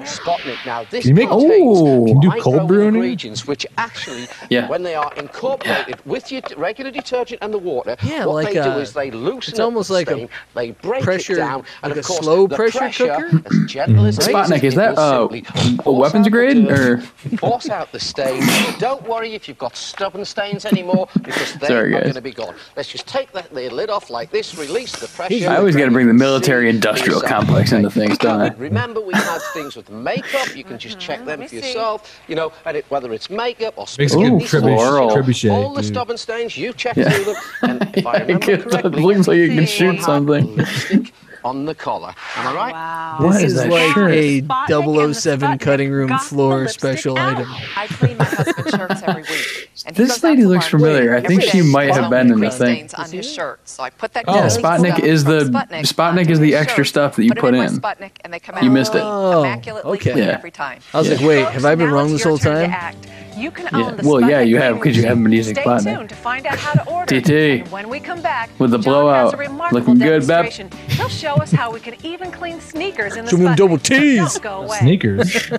Speaker 12: Spotnik. Now this
Speaker 9: Can you make-
Speaker 12: contains
Speaker 9: Oh. Can you do cold
Speaker 12: micro
Speaker 9: brewing?
Speaker 12: ingredients, which actually,
Speaker 9: Yeah.
Speaker 12: when they are incorporated with your t- regular detergent and the water,
Speaker 8: Yeah,
Speaker 12: what
Speaker 8: like
Speaker 12: they do
Speaker 8: a-
Speaker 12: is they loosen
Speaker 8: it's
Speaker 12: up
Speaker 8: almost
Speaker 12: the
Speaker 8: like a
Speaker 12: stain, they break
Speaker 8: pressure-
Speaker 12: it down, and
Speaker 8: like
Speaker 12: of
Speaker 8: a
Speaker 12: course
Speaker 8: slow
Speaker 12: the
Speaker 8: pressure cooker?
Speaker 12: as gentle as it
Speaker 9: Spotnik, is that
Speaker 12: it will
Speaker 9: uh,
Speaker 12: simply
Speaker 9: a weapons grade or?
Speaker 12: force out the stain. Don't worry if you've got stubborn stains anymore because they
Speaker 9: Sorry,
Speaker 12: are
Speaker 9: guys.
Speaker 12: going to be gone. Let's just take that the lid off like this, release the pressure.
Speaker 9: I always got to bring the military
Speaker 12: See
Speaker 9: industrial
Speaker 12: yourself.
Speaker 9: complex into things, don't I?
Speaker 12: Remember, we had things with makeup. You can just check them for yourself. You know, and it, whether it's makeup or
Speaker 10: Makes a good
Speaker 12: spaghetti sauce,
Speaker 10: trebuchet-
Speaker 12: you know,
Speaker 10: trebuchet,
Speaker 12: all the
Speaker 10: dude.
Speaker 12: stubborn stains, you check
Speaker 9: Yeah.
Speaker 12: through them. And if I
Speaker 9: Yeah,
Speaker 12: remember
Speaker 9: (laughs) it
Speaker 12: correctly,
Speaker 9: looks like you can
Speaker 12: everyone
Speaker 9: shoot
Speaker 12: had
Speaker 9: something.
Speaker 12: lipstick on the collar. Am I right?
Speaker 9: What
Speaker 8: this
Speaker 9: is
Speaker 8: is,
Speaker 9: that
Speaker 8: like
Speaker 9: shirt?
Speaker 8: a 007 cutting room floor special item.
Speaker 2: I clean my husband's shirts every week. And he
Speaker 9: This
Speaker 2: goes out
Speaker 9: lady
Speaker 2: to
Speaker 9: looks
Speaker 2: lunch every
Speaker 9: familiar. I
Speaker 2: day
Speaker 9: think she
Speaker 2: with
Speaker 9: might have
Speaker 2: some
Speaker 9: been in the
Speaker 2: grease
Speaker 9: thing.
Speaker 2: stains on his shirt. So I put that
Speaker 9: Yeah,
Speaker 2: grease
Speaker 9: Spotnik
Speaker 2: stuff
Speaker 9: is
Speaker 2: from
Speaker 9: the
Speaker 2: Sputnik
Speaker 9: Spotnik
Speaker 2: onto
Speaker 9: is the
Speaker 2: his
Speaker 9: extra
Speaker 2: shirt,
Speaker 9: stuff that you
Speaker 2: put,
Speaker 9: put
Speaker 2: it in. my
Speaker 9: in.
Speaker 2: Sputnik and they come out
Speaker 9: You missed it.
Speaker 8: Oh,
Speaker 2: immaculately
Speaker 8: okay.
Speaker 2: clean
Speaker 8: Yeah.
Speaker 2: every time.
Speaker 8: I was like,
Speaker 2: So
Speaker 8: wait,
Speaker 2: folks,
Speaker 8: have I been
Speaker 2: now
Speaker 8: wrong
Speaker 2: it's
Speaker 8: this
Speaker 2: your
Speaker 8: whole
Speaker 2: turn to
Speaker 8: time?
Speaker 2: act. You can
Speaker 9: Yeah.
Speaker 2: own the
Speaker 9: Well, yeah,
Speaker 2: Sputnik
Speaker 9: you
Speaker 2: cleaning
Speaker 9: have because you
Speaker 2: machine.
Speaker 9: haven't been using
Speaker 2: Stay
Speaker 9: Spotnik.
Speaker 2: tuned to find out how to order. it.
Speaker 9: TT.
Speaker 2: And when we come back,
Speaker 9: With the
Speaker 2: John has
Speaker 9: blowout.
Speaker 2: a remarkable
Speaker 9: Looking good, Beb.
Speaker 2: demonstration. He'll show us how we can even clean sneakers in the
Speaker 8: Show me them
Speaker 2: Sputnik.
Speaker 8: double
Speaker 2: So
Speaker 8: Ts.
Speaker 2: Don't go away.
Speaker 6: (laughs)
Speaker 10: Sneakers.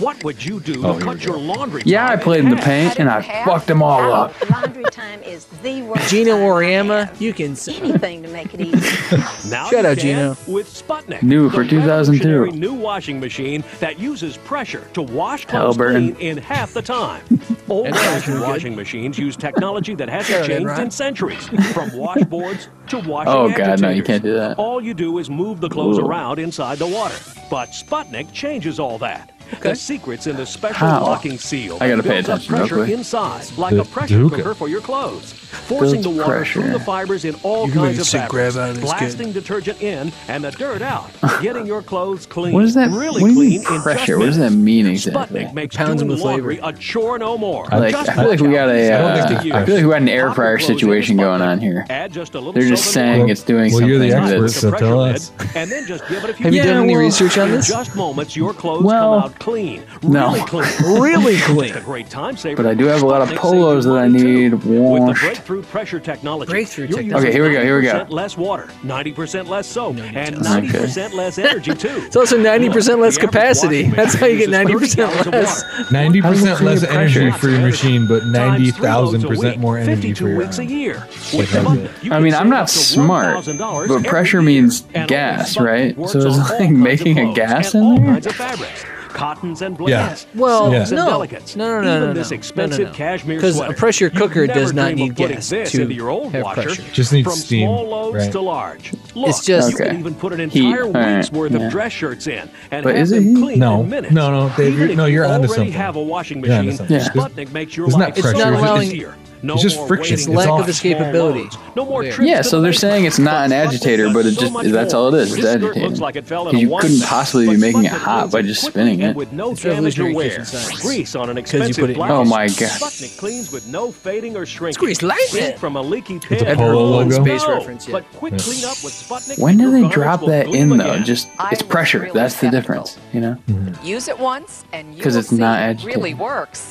Speaker 6: What would you do to
Speaker 10: Oh, here we
Speaker 6: cut your laundry?
Speaker 9: Yeah, I
Speaker 6: time in
Speaker 9: played in the
Speaker 6: half?
Speaker 9: paint and I fucked them all up.
Speaker 16: Laundry time is the worst.
Speaker 8: Gina Oriama, you can s-
Speaker 16: Anything to make it easy.
Speaker 10: (laughs)
Speaker 6: Now
Speaker 8: Shout
Speaker 6: you
Speaker 8: out,
Speaker 6: can
Speaker 8: Gino.
Speaker 6: With Sputnik.
Speaker 9: New for
Speaker 6: the
Speaker 9: 2002.
Speaker 6: revolutionary New washing machine that uses pressure to wash
Speaker 9: Hell,
Speaker 6: clothes
Speaker 9: Burton.
Speaker 6: clean in half the time.
Speaker 9: (laughs)
Speaker 6: Old fashioned washing machines use technology that
Speaker 8: Shout
Speaker 6: hasn't
Speaker 8: out,
Speaker 6: changed
Speaker 8: Enron.
Speaker 6: in centuries, from washboards
Speaker 9: (laughs)
Speaker 6: to washing
Speaker 9: Oh, God, no, you
Speaker 6: agitators.
Speaker 9: can't do that.
Speaker 6: All you do is move the clothes
Speaker 9: Ooh.
Speaker 6: around inside the water. But Sputnik changes all that. The secret's in the special
Speaker 9: How?
Speaker 6: locking seal.
Speaker 9: I
Speaker 6: that
Speaker 9: gotta pay
Speaker 6: builds up
Speaker 9: attention real
Speaker 6: pressure
Speaker 9: quick.
Speaker 6: inside, like
Speaker 10: The
Speaker 6: a pressure
Speaker 10: Duca.
Speaker 6: cooker for your clothes, forcing
Speaker 9: Builds
Speaker 6: the water through
Speaker 9: pressure.
Speaker 6: the fibers in all
Speaker 8: You can make
Speaker 6: kinds
Speaker 8: a
Speaker 6: of
Speaker 8: sick
Speaker 6: fabrics,
Speaker 8: grab out of this kid.
Speaker 6: blasting detergent in and the dirt
Speaker 8: (laughs)
Speaker 6: out, getting your clothes clean.
Speaker 9: What is that?
Speaker 6: Really
Speaker 9: what do
Speaker 6: clean
Speaker 9: you mean
Speaker 6: in just
Speaker 9: pressure? What does that
Speaker 6: minutes.
Speaker 9: mean exactly?
Speaker 6: Sputnik makes
Speaker 8: Pounds
Speaker 6: doing
Speaker 8: them with
Speaker 6: laundry a chore no more.
Speaker 9: Like,
Speaker 6: Just
Speaker 9: I feel like we
Speaker 6: watch
Speaker 9: got
Speaker 6: out
Speaker 9: a.
Speaker 6: for
Speaker 9: Uh,
Speaker 10: don't
Speaker 9: I
Speaker 10: think
Speaker 6: something.
Speaker 10: they-
Speaker 9: feel like we got an air fryer situation going on here.
Speaker 6: Add just a little
Speaker 9: They're just
Speaker 6: soap and
Speaker 9: saying
Speaker 6: water.
Speaker 9: it's doing
Speaker 10: Well,
Speaker 9: something.
Speaker 10: you're the
Speaker 9: that
Speaker 10: expert,
Speaker 9: it's-
Speaker 10: so tell
Speaker 6: lid,
Speaker 10: us.
Speaker 6: and then just give it a few
Speaker 8: Have you
Speaker 6: minutes.
Speaker 8: done any
Speaker 9: well,
Speaker 8: research on
Speaker 6: In
Speaker 8: this?
Speaker 6: just moments, your clothes
Speaker 9: Well,
Speaker 6: come out clean.
Speaker 9: no. (laughs)
Speaker 6: Really clean.
Speaker 8: Really
Speaker 6: It's a
Speaker 8: clean.
Speaker 6: great time saver.
Speaker 9: But I do have a lot of
Speaker 6: Sputnik saves
Speaker 9: polos
Speaker 6: you
Speaker 9: that I
Speaker 6: money, too.
Speaker 9: need
Speaker 6: With the
Speaker 9: washed.
Speaker 6: breakthrough pressure technology.
Speaker 8: Breakthrough
Speaker 6: you're using
Speaker 8: technology.
Speaker 9: Okay, here we go, here we go.
Speaker 6: 90% Less water, 90% less soap, and
Speaker 9: us. Okay.
Speaker 6: 90% less energy,
Speaker 9: (laughs)
Speaker 6: too.
Speaker 8: It's also 90% less
Speaker 6: The average
Speaker 8: capacity.
Speaker 6: washing
Speaker 8: That's how you get
Speaker 6: machine uses 30
Speaker 8: 90%
Speaker 6: gallons of
Speaker 8: less.
Speaker 6: water.
Speaker 10: (laughs) Ninety percent
Speaker 9: How do you
Speaker 10: less
Speaker 9: create
Speaker 10: energy
Speaker 6: pressure?
Speaker 10: for your machine, but ninety
Speaker 6: Times three loads a
Speaker 10: thousand percent
Speaker 6: week,
Speaker 10: more um, energy for
Speaker 6: 52
Speaker 10: your
Speaker 6: weeks a
Speaker 10: arm.
Speaker 6: year.
Speaker 10: With Sputnik,
Speaker 6: you
Speaker 9: I
Speaker 6: can
Speaker 9: mean,
Speaker 6: save
Speaker 9: I'm
Speaker 6: up
Speaker 9: not
Speaker 6: to
Speaker 9: smart,
Speaker 6: $1,000
Speaker 9: but
Speaker 6: every
Speaker 9: pressure
Speaker 6: year.
Speaker 9: means
Speaker 6: And only
Speaker 9: gas,
Speaker 6: Sputnik
Speaker 9: right?
Speaker 6: works
Speaker 9: So it's
Speaker 6: on all
Speaker 9: like
Speaker 6: kinds of
Speaker 9: making a
Speaker 6: clothes
Speaker 9: gas
Speaker 6: and
Speaker 9: in
Speaker 6: all
Speaker 9: there.
Speaker 6: kinds of fabrics, cottons and
Speaker 10: Yeah.
Speaker 6: blends.
Speaker 8: Well,
Speaker 10: Yeah.
Speaker 6: silks and
Speaker 8: no.
Speaker 6: delicates,
Speaker 8: No, no, no,
Speaker 6: even
Speaker 8: no,
Speaker 6: this
Speaker 8: no. No, no,
Speaker 6: expensive
Speaker 8: no.
Speaker 6: cashmere
Speaker 8: 'Cause a
Speaker 6: sweater.
Speaker 8: pressure
Speaker 6: You'd
Speaker 8: cooker
Speaker 6: never
Speaker 8: does not
Speaker 6: dream of
Speaker 8: need
Speaker 6: putting
Speaker 8: gas
Speaker 6: this
Speaker 8: to
Speaker 6: into your old
Speaker 8: have
Speaker 6: washer.
Speaker 8: pressure.
Speaker 10: Just needs
Speaker 6: From
Speaker 10: steam,
Speaker 6: small loads
Speaker 10: right.
Speaker 6: to large. Look,
Speaker 8: just-
Speaker 6: you can
Speaker 9: Okay.
Speaker 6: even put an
Speaker 9: Heat,
Speaker 6: entire week's
Speaker 9: alright,
Speaker 6: worth
Speaker 9: yeah.
Speaker 6: of dress shirts in and
Speaker 9: But
Speaker 6: have
Speaker 9: is it
Speaker 6: them
Speaker 9: heat?
Speaker 6: clean
Speaker 10: No.
Speaker 6: in minutes.
Speaker 10: No, no, Dave,
Speaker 6: Even
Speaker 10: you're-
Speaker 6: if
Speaker 10: no,
Speaker 6: you
Speaker 10: you're onto
Speaker 6: already
Speaker 10: something.
Speaker 6: have a washing
Speaker 10: You're onto
Speaker 6: machine.
Speaker 10: something.
Speaker 9: Yeah.
Speaker 6: Sputnik makes your
Speaker 10: It's not
Speaker 6: life
Speaker 10: pressure,
Speaker 6: so
Speaker 8: it's
Speaker 6: much
Speaker 8: allowing-
Speaker 6: easier. No
Speaker 10: it's just
Speaker 6: more waiting
Speaker 10: friction, it's
Speaker 6: to
Speaker 10: lack of
Speaker 6: touch
Speaker 8: escapability.
Speaker 6: small loads. No more
Speaker 8: There.
Speaker 6: trips
Speaker 9: Yeah,
Speaker 6: to
Speaker 9: so
Speaker 6: the
Speaker 9: they're
Speaker 6: basement.
Speaker 9: saying it's not an
Speaker 6: But Sputnik
Speaker 9: agitator,
Speaker 6: does
Speaker 9: but it
Speaker 6: so
Speaker 9: just-
Speaker 6: much
Speaker 9: that's all it
Speaker 6: more.
Speaker 9: is, it's
Speaker 6: This skirt
Speaker 9: agitating.
Speaker 6: looks like it fell in
Speaker 9: Because
Speaker 6: a
Speaker 9: you
Speaker 6: one
Speaker 9: couldn't
Speaker 6: piece,
Speaker 9: possibly be
Speaker 6: but
Speaker 9: making it
Speaker 6: Sputnik
Speaker 9: hot
Speaker 6: cleans
Speaker 9: by just
Speaker 6: quickly
Speaker 9: spinning
Speaker 6: and
Speaker 9: it.
Speaker 6: With no
Speaker 8: It's
Speaker 6: damage or
Speaker 8: revolutionary
Speaker 6: wear.
Speaker 8: kitchen science.
Speaker 6: Grease on an
Speaker 8: 'Cause you
Speaker 6: expensive
Speaker 8: put it in-
Speaker 6: black.
Speaker 9: Oh my God.
Speaker 6: Sputnik cleans with no fading or shrinking.
Speaker 8: grease lightning.
Speaker 6: Sink from a leaky pit.
Speaker 10: a Polo
Speaker 6: No,
Speaker 10: logo?
Speaker 8: Space reference, yeah.
Speaker 6: But quick cleanup with Sputnik. and
Speaker 9: When do
Speaker 6: your
Speaker 9: they
Speaker 6: garments
Speaker 9: drop
Speaker 6: will
Speaker 9: that
Speaker 6: bloom
Speaker 9: in though?
Speaker 6: again.
Speaker 9: Just
Speaker 2: I
Speaker 9: it's
Speaker 2: was
Speaker 9: pressure.
Speaker 2: really
Speaker 9: That's the
Speaker 2: skeptical.
Speaker 9: difference, you know.
Speaker 10: Mm-hmm.
Speaker 2: Use it once, and you
Speaker 9: 'Cause
Speaker 2: will
Speaker 9: it's
Speaker 2: see
Speaker 9: not
Speaker 2: it
Speaker 9: agitated.
Speaker 2: really works.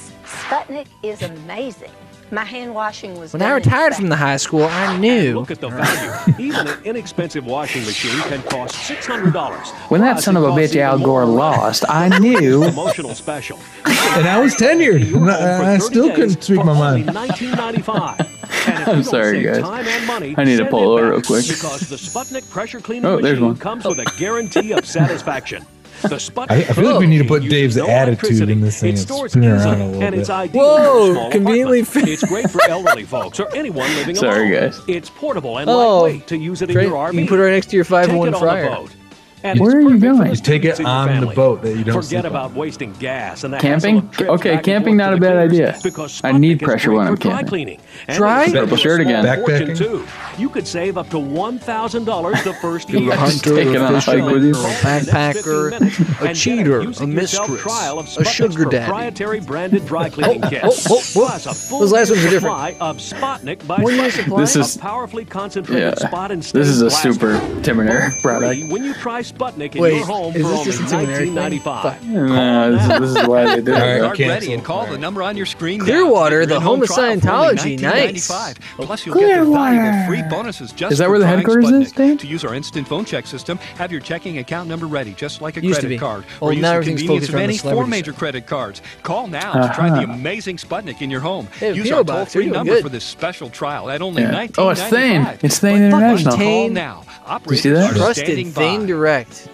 Speaker 16: Sputnik is amazing. My hand washing was
Speaker 8: When I
Speaker 16: done in
Speaker 8: retired from the high school, I knew.
Speaker 6: Look at the value. Even an inexpensive washing machine can cost six hundred dollars.
Speaker 9: When that son of a bitch Al Gore lost, I
Speaker 6: (laughs)
Speaker 9: knew.
Speaker 6: Emotional special.
Speaker 10: And I was tenured. And I, I still couldn't speak my mind.
Speaker 6: Nineteen
Speaker 10: (laughs)
Speaker 6: ninety-five.
Speaker 9: I'm sorry, guys. I need to pull over real quick.
Speaker 6: Because the Sputnik pressure cleaning
Speaker 9: Oh, there's
Speaker 6: machine
Speaker 9: one.
Speaker 6: comes with a guarantee of satisfaction. The Sputnik
Speaker 10: I, I feel like we need to put Dave's attitude in this thing.
Speaker 6: It
Speaker 10: It's
Speaker 6: stores
Speaker 10: spinning around a
Speaker 6: easily,
Speaker 10: little
Speaker 6: and it's
Speaker 10: bit.
Speaker 6: ideal
Speaker 8: Whoa,
Speaker 6: for small
Speaker 8: conveniently
Speaker 6: apartments. It's great for elderly folks or anyone
Speaker 10: (laughs)
Speaker 6: living
Speaker 9: Sorry,
Speaker 6: alone.
Speaker 9: guys.
Speaker 6: It's portable and
Speaker 8: Oh,
Speaker 6: lightweight to use it in
Speaker 8: Trent,
Speaker 6: your RV.
Speaker 8: you put it right next to your
Speaker 6: Take it
Speaker 8: 501
Speaker 6: on the
Speaker 8: fryer.
Speaker 6: boat. And
Speaker 9: Where
Speaker 6: it's
Speaker 9: are you
Speaker 6: perfect for
Speaker 9: going?
Speaker 6: those
Speaker 9: You take
Speaker 6: people
Speaker 10: it
Speaker 6: in your
Speaker 10: on the
Speaker 6: family.
Speaker 10: boat that you don't
Speaker 6: Forget
Speaker 10: sleep on.
Speaker 6: about wasting gas and the hassle
Speaker 9: Camping?
Speaker 6: of trips back
Speaker 9: Okay,
Speaker 6: and
Speaker 9: camping
Speaker 6: forth
Speaker 9: not
Speaker 6: to
Speaker 9: a
Speaker 6: the
Speaker 9: bad
Speaker 6: cleaners
Speaker 9: idea.
Speaker 6: Because
Speaker 9: I need
Speaker 6: Sputnik is
Speaker 9: pressure
Speaker 6: great
Speaker 9: when
Speaker 6: for
Speaker 9: I'm
Speaker 6: dry
Speaker 9: camping.
Speaker 6: Cleaning. And
Speaker 8: Dry?
Speaker 6: it's
Speaker 9: Purple
Speaker 6: a
Speaker 9: shirt
Speaker 6: small
Speaker 9: again.
Speaker 6: fortune,
Speaker 10: Backpacking?
Speaker 6: too. You could save up to one thousand dollars the
Speaker 9: (laughs)
Speaker 6: first year.
Speaker 8: hunter,
Speaker 9: Taking on
Speaker 8: a
Speaker 9: a
Speaker 8: fisher,
Speaker 9: hike with you?
Speaker 8: a backpacker, a cheater, a mistress, a sugar daddy.
Speaker 6: proprietary branded dry cleaning
Speaker 8: (laughs) Oh,
Speaker 6: kit.
Speaker 8: oh, oh, oh.
Speaker 6: Plus a full
Speaker 8: Those
Speaker 6: year's
Speaker 8: last ones are different.
Speaker 6: supply of Sputnik by
Speaker 8: One year
Speaker 6: Sputnik.
Speaker 8: supply? This
Speaker 9: is-
Speaker 6: a powerfully concentrated
Speaker 9: Yeah.
Speaker 6: spot and stain
Speaker 9: This is a
Speaker 6: blaster.
Speaker 9: super Timoner
Speaker 6: Free
Speaker 9: product.
Speaker 6: when you try Sputnik in
Speaker 8: Wait,
Speaker 6: your home
Speaker 8: is
Speaker 6: for
Speaker 8: this
Speaker 6: only
Speaker 8: just a Timoner thing?
Speaker 6: 1995.
Speaker 9: Nah, Uh, this, is, this is why they do
Speaker 10: All right,
Speaker 9: it.
Speaker 10: cancel.
Speaker 15: call the number on your screen. now.
Speaker 8: Clearwater, the
Speaker 15: Your
Speaker 8: home of
Speaker 15: trial for only
Speaker 8: Scientology. Nice. Oh,
Speaker 15: $19.95. Plus, you'll get the valuable free bonuses just
Speaker 9: Is that
Speaker 15: for
Speaker 9: where the
Speaker 15: trying
Speaker 9: headquarters is,
Speaker 15: Sputnik.
Speaker 9: Dave?
Speaker 15: To use our instant phone check system, have your checking account number ready, just like a
Speaker 8: Used to
Speaker 15: credit
Speaker 8: be.
Speaker 15: card.
Speaker 8: Well,
Speaker 15: or
Speaker 8: now
Speaker 15: use the
Speaker 8: everything's
Speaker 15: convenience
Speaker 8: focused
Speaker 15: of
Speaker 8: on the
Speaker 15: any four
Speaker 8: celebrity
Speaker 15: major credit cards. Call now to
Speaker 9: Uh-huh.
Speaker 15: try the amazing Sputnik in your home.
Speaker 8: Hey,
Speaker 15: use
Speaker 8: P.O.
Speaker 15: our
Speaker 8: Box,
Speaker 15: toll-free
Speaker 8: you're doing
Speaker 15: number
Speaker 8: good.
Speaker 15: for this special trial at only
Speaker 9: Yeah.
Speaker 15: $19.95.
Speaker 9: Oh, it's Thane. It's Thane International.
Speaker 15: Call
Speaker 8: Tane.
Speaker 15: now.
Speaker 9: you see
Speaker 15: Operators
Speaker 9: that?
Speaker 15: are
Speaker 8: Trusted
Speaker 15: standing
Speaker 8: Thane
Speaker 15: by.
Speaker 8: Direct.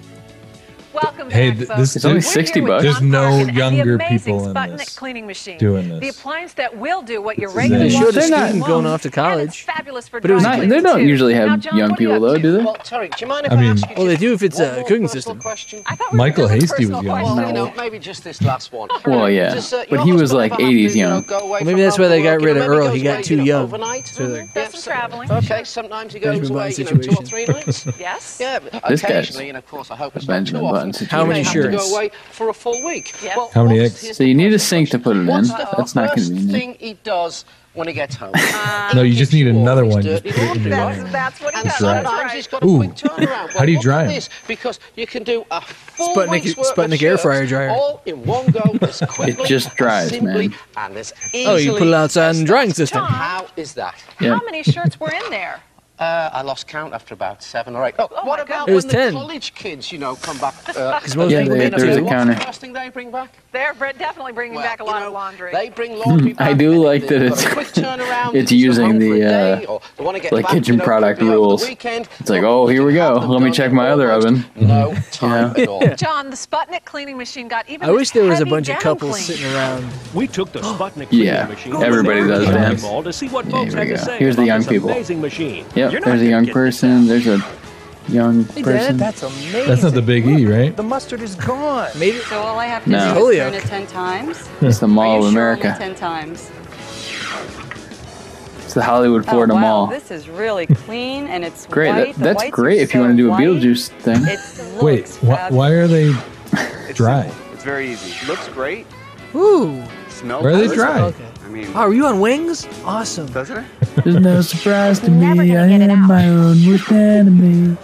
Speaker 2: Welcome
Speaker 10: Hey,
Speaker 2: back,
Speaker 10: th-
Speaker 2: folks.
Speaker 10: this-
Speaker 9: It's only
Speaker 2: We're
Speaker 9: 60
Speaker 2: here with
Speaker 10: bucks.
Speaker 2: John
Speaker 10: There's no
Speaker 2: Parkin and the
Speaker 10: younger
Speaker 2: amazing
Speaker 10: people in
Speaker 2: Sputnik
Speaker 10: this
Speaker 2: cleaning machine.
Speaker 10: doing this.
Speaker 2: The appliance that will do what your
Speaker 10: This is
Speaker 2: regular
Speaker 10: a- They
Speaker 8: Showed a
Speaker 9: They're not-
Speaker 8: student going off to college.
Speaker 2: Fabulous for
Speaker 8: But it was
Speaker 2: dry
Speaker 8: not-
Speaker 9: They
Speaker 2: cleaning,
Speaker 9: don't
Speaker 2: too.
Speaker 9: usually
Speaker 2: Now,
Speaker 9: have
Speaker 2: John,
Speaker 9: young
Speaker 2: what are you
Speaker 9: people
Speaker 2: up
Speaker 9: though,
Speaker 2: to?
Speaker 9: do they?
Speaker 12: Well, Tariq, do you mind if
Speaker 10: I
Speaker 12: I,
Speaker 10: mean-
Speaker 12: ask you
Speaker 8: Well, they do if it's
Speaker 12: one
Speaker 8: a
Speaker 12: more
Speaker 8: cooking
Speaker 12: personal
Speaker 8: system.
Speaker 12: Question?
Speaker 2: I thought we were
Speaker 10: Michael
Speaker 2: doing
Speaker 10: Hasty was
Speaker 2: personal
Speaker 10: young.
Speaker 2: questions.
Speaker 12: Well, you
Speaker 10: No.
Speaker 12: know, maybe just this last one.
Speaker 9: (laughs) Well, yeah,
Speaker 12: Just, uh,
Speaker 9: but
Speaker 12: your
Speaker 9: he was
Speaker 12: husband
Speaker 9: like
Speaker 12: ever had
Speaker 9: 80s
Speaker 12: to, you know,
Speaker 9: young.
Speaker 12: go away
Speaker 8: Well,
Speaker 12: for
Speaker 8: maybe that's
Speaker 12: husband
Speaker 8: why they
Speaker 12: work,
Speaker 8: got
Speaker 12: you know,
Speaker 8: rid of
Speaker 12: maybe
Speaker 8: Earl.
Speaker 12: goes
Speaker 8: He got
Speaker 12: away,
Speaker 8: too
Speaker 12: you know,
Speaker 8: young.
Speaker 12: Overnight. uh,
Speaker 8: So they're- Mhm.
Speaker 2: Does some traveling.
Speaker 12: Okay, sometimes he
Speaker 8: Benjamin
Speaker 12: goes
Speaker 8: Button
Speaker 12: away, you know, two
Speaker 8: situation.
Speaker 12: or three nights.
Speaker 8: (laughs)
Speaker 2: Yes.
Speaker 12: Yeah,
Speaker 9: This
Speaker 12: occasionally,
Speaker 9: guy's
Speaker 12: and of course, I hope it's not
Speaker 9: Benjamin
Speaker 12: too often.
Speaker 9: Button
Speaker 8: How many
Speaker 12: you may have to
Speaker 8: shirts?
Speaker 12: go away for a full week.
Speaker 2: Yeah.
Speaker 12: Well,
Speaker 10: How many
Speaker 12: what's
Speaker 10: eggs?
Speaker 12: his-
Speaker 9: So you need a sink to put it in.
Speaker 12: What's the
Speaker 9: That's not
Speaker 12: first
Speaker 9: convenient.
Speaker 12: thing he does when he gets
Speaker 8: (laughs)
Speaker 12: home?
Speaker 10: (laughs) No, you just need
Speaker 12: Sure,
Speaker 10: another
Speaker 12: he's
Speaker 10: one. Just
Speaker 12: dirty
Speaker 10: put it in your
Speaker 12: laundry.
Speaker 10: hand.
Speaker 2: That's what he
Speaker 12: And
Speaker 2: does.
Speaker 10: That's
Speaker 12: sometimes
Speaker 10: right.
Speaker 2: That's right.
Speaker 12: he's got a
Speaker 10: Ooh.
Speaker 12: quick
Speaker 10: (laughs)
Speaker 12: turnaround.
Speaker 10: How do you
Speaker 12: Well,
Speaker 10: dry
Speaker 12: look at
Speaker 10: 'em?
Speaker 12: This, because you can do a full
Speaker 8: Sputnik-
Speaker 12: week's worth of
Speaker 8: Sputnik air
Speaker 12: shirts
Speaker 8: fryer dryer.
Speaker 12: all in one
Speaker 10: (laughs)
Speaker 12: go. As quickly,
Speaker 9: just
Speaker 12: as
Speaker 9: dries,
Speaker 12: simply,
Speaker 9: man.
Speaker 12: And as
Speaker 8: Oh, you put
Speaker 12: easily
Speaker 8: it outside in the drying
Speaker 12: as-
Speaker 8: system.
Speaker 12: How is that?
Speaker 9: Yeah.
Speaker 2: How many shirts were in there?
Speaker 12: Uh, I lost count after about seven or eight. Oh,
Speaker 2: Oh,
Speaker 12: what
Speaker 2: my
Speaker 12: about
Speaker 2: God.
Speaker 8: It
Speaker 12: when
Speaker 8: was
Speaker 12: the
Speaker 8: 10.
Speaker 12: college kids, you know, come back? Uh, Because
Speaker 8: (laughs) Because most
Speaker 9: Yeah,
Speaker 8: people
Speaker 9: they-
Speaker 8: make
Speaker 9: there's
Speaker 8: it.
Speaker 9: a counter.
Speaker 12: What's the first thing they bring back?
Speaker 2: They're br- definitely bringing
Speaker 12: Well,
Speaker 2: back a
Speaker 12: you
Speaker 2: lot
Speaker 12: know,
Speaker 2: of laundry.
Speaker 12: They bring laundry back
Speaker 9: Hmm, I do
Speaker 12: and
Speaker 9: like
Speaker 12: they've
Speaker 9: that
Speaker 12: got
Speaker 9: it's-
Speaker 12: a quick
Speaker 9: (laughs)
Speaker 12: turnaround,
Speaker 9: it's
Speaker 12: if
Speaker 9: using
Speaker 12: home for
Speaker 9: the,
Speaker 12: a day,
Speaker 9: uh,
Speaker 12: or they wanna get
Speaker 9: like
Speaker 12: back, you
Speaker 9: kitchen
Speaker 12: know, it
Speaker 9: product
Speaker 12: could be over the
Speaker 9: rules.
Speaker 12: weekend.
Speaker 9: It's like,
Speaker 12: Look,
Speaker 9: oh,
Speaker 12: you
Speaker 9: here we
Speaker 12: can have
Speaker 9: go.
Speaker 12: them
Speaker 9: Let me
Speaker 12: done
Speaker 9: check
Speaker 12: in
Speaker 9: my other
Speaker 12: almost
Speaker 9: oven. (laughs)
Speaker 12: No time at all.
Speaker 2: John, the Sputnik cleaning machine got even.
Speaker 8: I wish there was a bunch of couples
Speaker 2: couples
Speaker 8: sitting around.
Speaker 6: We took the Sputnik cleaning
Speaker 9: Yeah,
Speaker 6: machine.
Speaker 9: everybody
Speaker 6: to the
Speaker 9: does,
Speaker 6: shopping
Speaker 9: Dan.
Speaker 6: mall To see what
Speaker 9: There
Speaker 6: folks
Speaker 9: we
Speaker 6: had to
Speaker 9: go.
Speaker 6: say
Speaker 9: Here's the
Speaker 6: about
Speaker 9: young
Speaker 6: this
Speaker 9: people.
Speaker 6: Amazing machine. You're
Speaker 9: Yep,
Speaker 6: not
Speaker 9: there's a
Speaker 6: gonna
Speaker 9: young
Speaker 6: get this
Speaker 9: person. There's a young
Speaker 8: Hey, Dad,
Speaker 9: person.
Speaker 4: That's amazing.
Speaker 10: That's not the Big E, right?
Speaker 4: The mustard is gone.
Speaker 8: Made it.
Speaker 17: So all I have to
Speaker 9: No.
Speaker 17: do is turn
Speaker 8: Holyoke.
Speaker 17: it ten times.
Speaker 9: It's the
Speaker 17: Are
Speaker 9: Mall
Speaker 17: you
Speaker 9: of
Speaker 17: sure only
Speaker 9: America.
Speaker 17: ten times.
Speaker 9: It's the Hollywood
Speaker 17: Oh,
Speaker 9: Florida
Speaker 17: wow,
Speaker 9: Mall.
Speaker 17: This is
Speaker 9: (laughs)
Speaker 17: really clean and it's
Speaker 9: Great.
Speaker 17: White.
Speaker 9: That,
Speaker 17: The
Speaker 9: that's
Speaker 17: whites are
Speaker 9: great if you
Speaker 17: so
Speaker 9: want to do a
Speaker 17: white.
Speaker 9: Beetlejuice thing.
Speaker 17: It
Speaker 10: Wait,
Speaker 17: looks
Speaker 10: why,
Speaker 17: fabulous.
Speaker 10: why are they dry?
Speaker 18: It's very easy. Looks great.
Speaker 8: Ooh.
Speaker 18: Smells
Speaker 10: Why are they
Speaker 18: good.
Speaker 10: dry?
Speaker 8: Okay.
Speaker 18: I mean,
Speaker 8: Oh, are you on wings? Awesome.
Speaker 18: doesn't it?
Speaker 9: There's no surprise to me. I am my own worst enemy.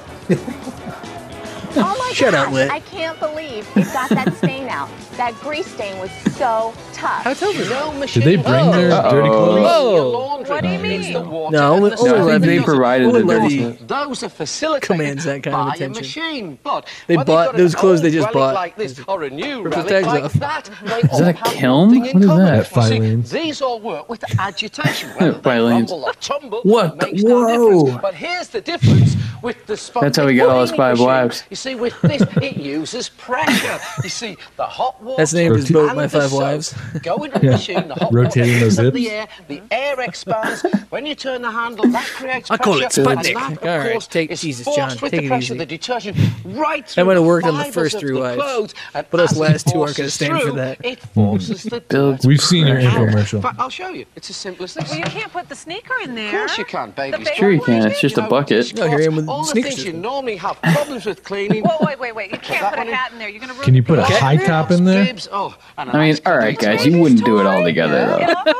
Speaker 16: Oh my
Speaker 8: (laughs) Shut up,
Speaker 16: gosh,
Speaker 8: Whit.
Speaker 16: I can't believe it got that stain out. That grease stain was so tough.
Speaker 8: How tough is that?
Speaker 12: No machine.
Speaker 10: Did they bring their uh,
Speaker 9: Uh-oh.
Speaker 10: dirty clothes?
Speaker 8: Whoa.
Speaker 12: Your laundry.
Speaker 2: What do you
Speaker 12: It's the
Speaker 2: mean?
Speaker 12: water
Speaker 8: No,
Speaker 12: and the
Speaker 8: with
Speaker 12: soap.
Speaker 9: No, I think they
Speaker 8: Levy-
Speaker 9: provided
Speaker 8: Old
Speaker 9: the
Speaker 8: Levy
Speaker 9: dirty.
Speaker 12: Those are facilitated
Speaker 8: commands that kind of
Speaker 12: by
Speaker 8: attention.
Speaker 12: a machine, but
Speaker 8: They
Speaker 12: when
Speaker 8: bought-
Speaker 12: they've got
Speaker 8: those
Speaker 12: an
Speaker 8: clothes they
Speaker 12: old
Speaker 8: just
Speaker 12: relic
Speaker 8: bought.
Speaker 12: like this or a new
Speaker 8: Rip the
Speaker 12: relic
Speaker 8: tags
Speaker 12: like
Speaker 8: off.
Speaker 12: that, they all
Speaker 9: that a
Speaker 12: have one
Speaker 9: kiln?
Speaker 12: thing in
Speaker 9: What is
Speaker 12: common.
Speaker 9: that?
Speaker 12: You see,
Speaker 10: Filene's.
Speaker 12: these all work with
Speaker 9: (laughs)
Speaker 12: agitation. Whether they
Speaker 9: Filene's.
Speaker 12: rumble or tumble
Speaker 9: What the-
Speaker 12: makes no
Speaker 9: Whoa.
Speaker 12: difference. But here's the difference with the Sputnik
Speaker 9: That's how we got all us
Speaker 12: cleaning
Speaker 9: five
Speaker 12: machine.
Speaker 9: wives.
Speaker 12: You see, with this, it uses pressure. You see, the hot water.
Speaker 8: That's the name of his boat,
Speaker 12: and
Speaker 8: My
Speaker 12: the
Speaker 8: Five
Speaker 12: soap
Speaker 8: Wives.
Speaker 12: (laughs) Go into the machine, the hot
Speaker 10: Rotating
Speaker 12: water
Speaker 10: those
Speaker 12: picks up
Speaker 10: zips.
Speaker 12: the air, the air expands. when you turn the handle, that creates
Speaker 8: I call it
Speaker 12: pressure, and
Speaker 8: Sputnik.
Speaker 12: that, of
Speaker 8: All right,
Speaker 12: course,
Speaker 8: take-
Speaker 12: is
Speaker 8: Jesus,
Speaker 12: forced
Speaker 8: John,
Speaker 12: with
Speaker 8: take
Speaker 12: the
Speaker 8: it
Speaker 12: pressure
Speaker 8: easy.
Speaker 12: of the detergent right through
Speaker 8: might have
Speaker 12: the
Speaker 8: worked on the
Speaker 12: fibers
Speaker 8: first
Speaker 12: of
Speaker 8: three
Speaker 12: the
Speaker 8: wives.
Speaker 12: clothes, and
Speaker 8: But us
Speaker 12: as it
Speaker 8: last two aren't
Speaker 12: forces
Speaker 8: gonna stand for
Speaker 12: through,
Speaker 8: that.
Speaker 12: It forces the
Speaker 9: Builds
Speaker 10: Mm. We've seen your
Speaker 9: pressure.
Speaker 12: In
Speaker 10: infomercial.
Speaker 12: fact, I'll show you. It's as simple as this.
Speaker 2: Well, you can't put the sneaker in
Speaker 12: Of
Speaker 2: there.
Speaker 12: course you can, baby.
Speaker 2: The
Speaker 9: Sure you can. It's just a bucket.
Speaker 8: No, here him with
Speaker 12: all the
Speaker 10: sneakers
Speaker 12: things you normally have problems with cleaning.
Speaker 2: Whoa, wait, wait, wait. You
Speaker 12: That
Speaker 2: can't put
Speaker 12: one
Speaker 2: a hat in there. You're going to ruin
Speaker 10: Can you put a
Speaker 2: the-
Speaker 10: high top in there?
Speaker 12: Oh, and
Speaker 9: I mean, all right, guys, you wouldn't do it all together though.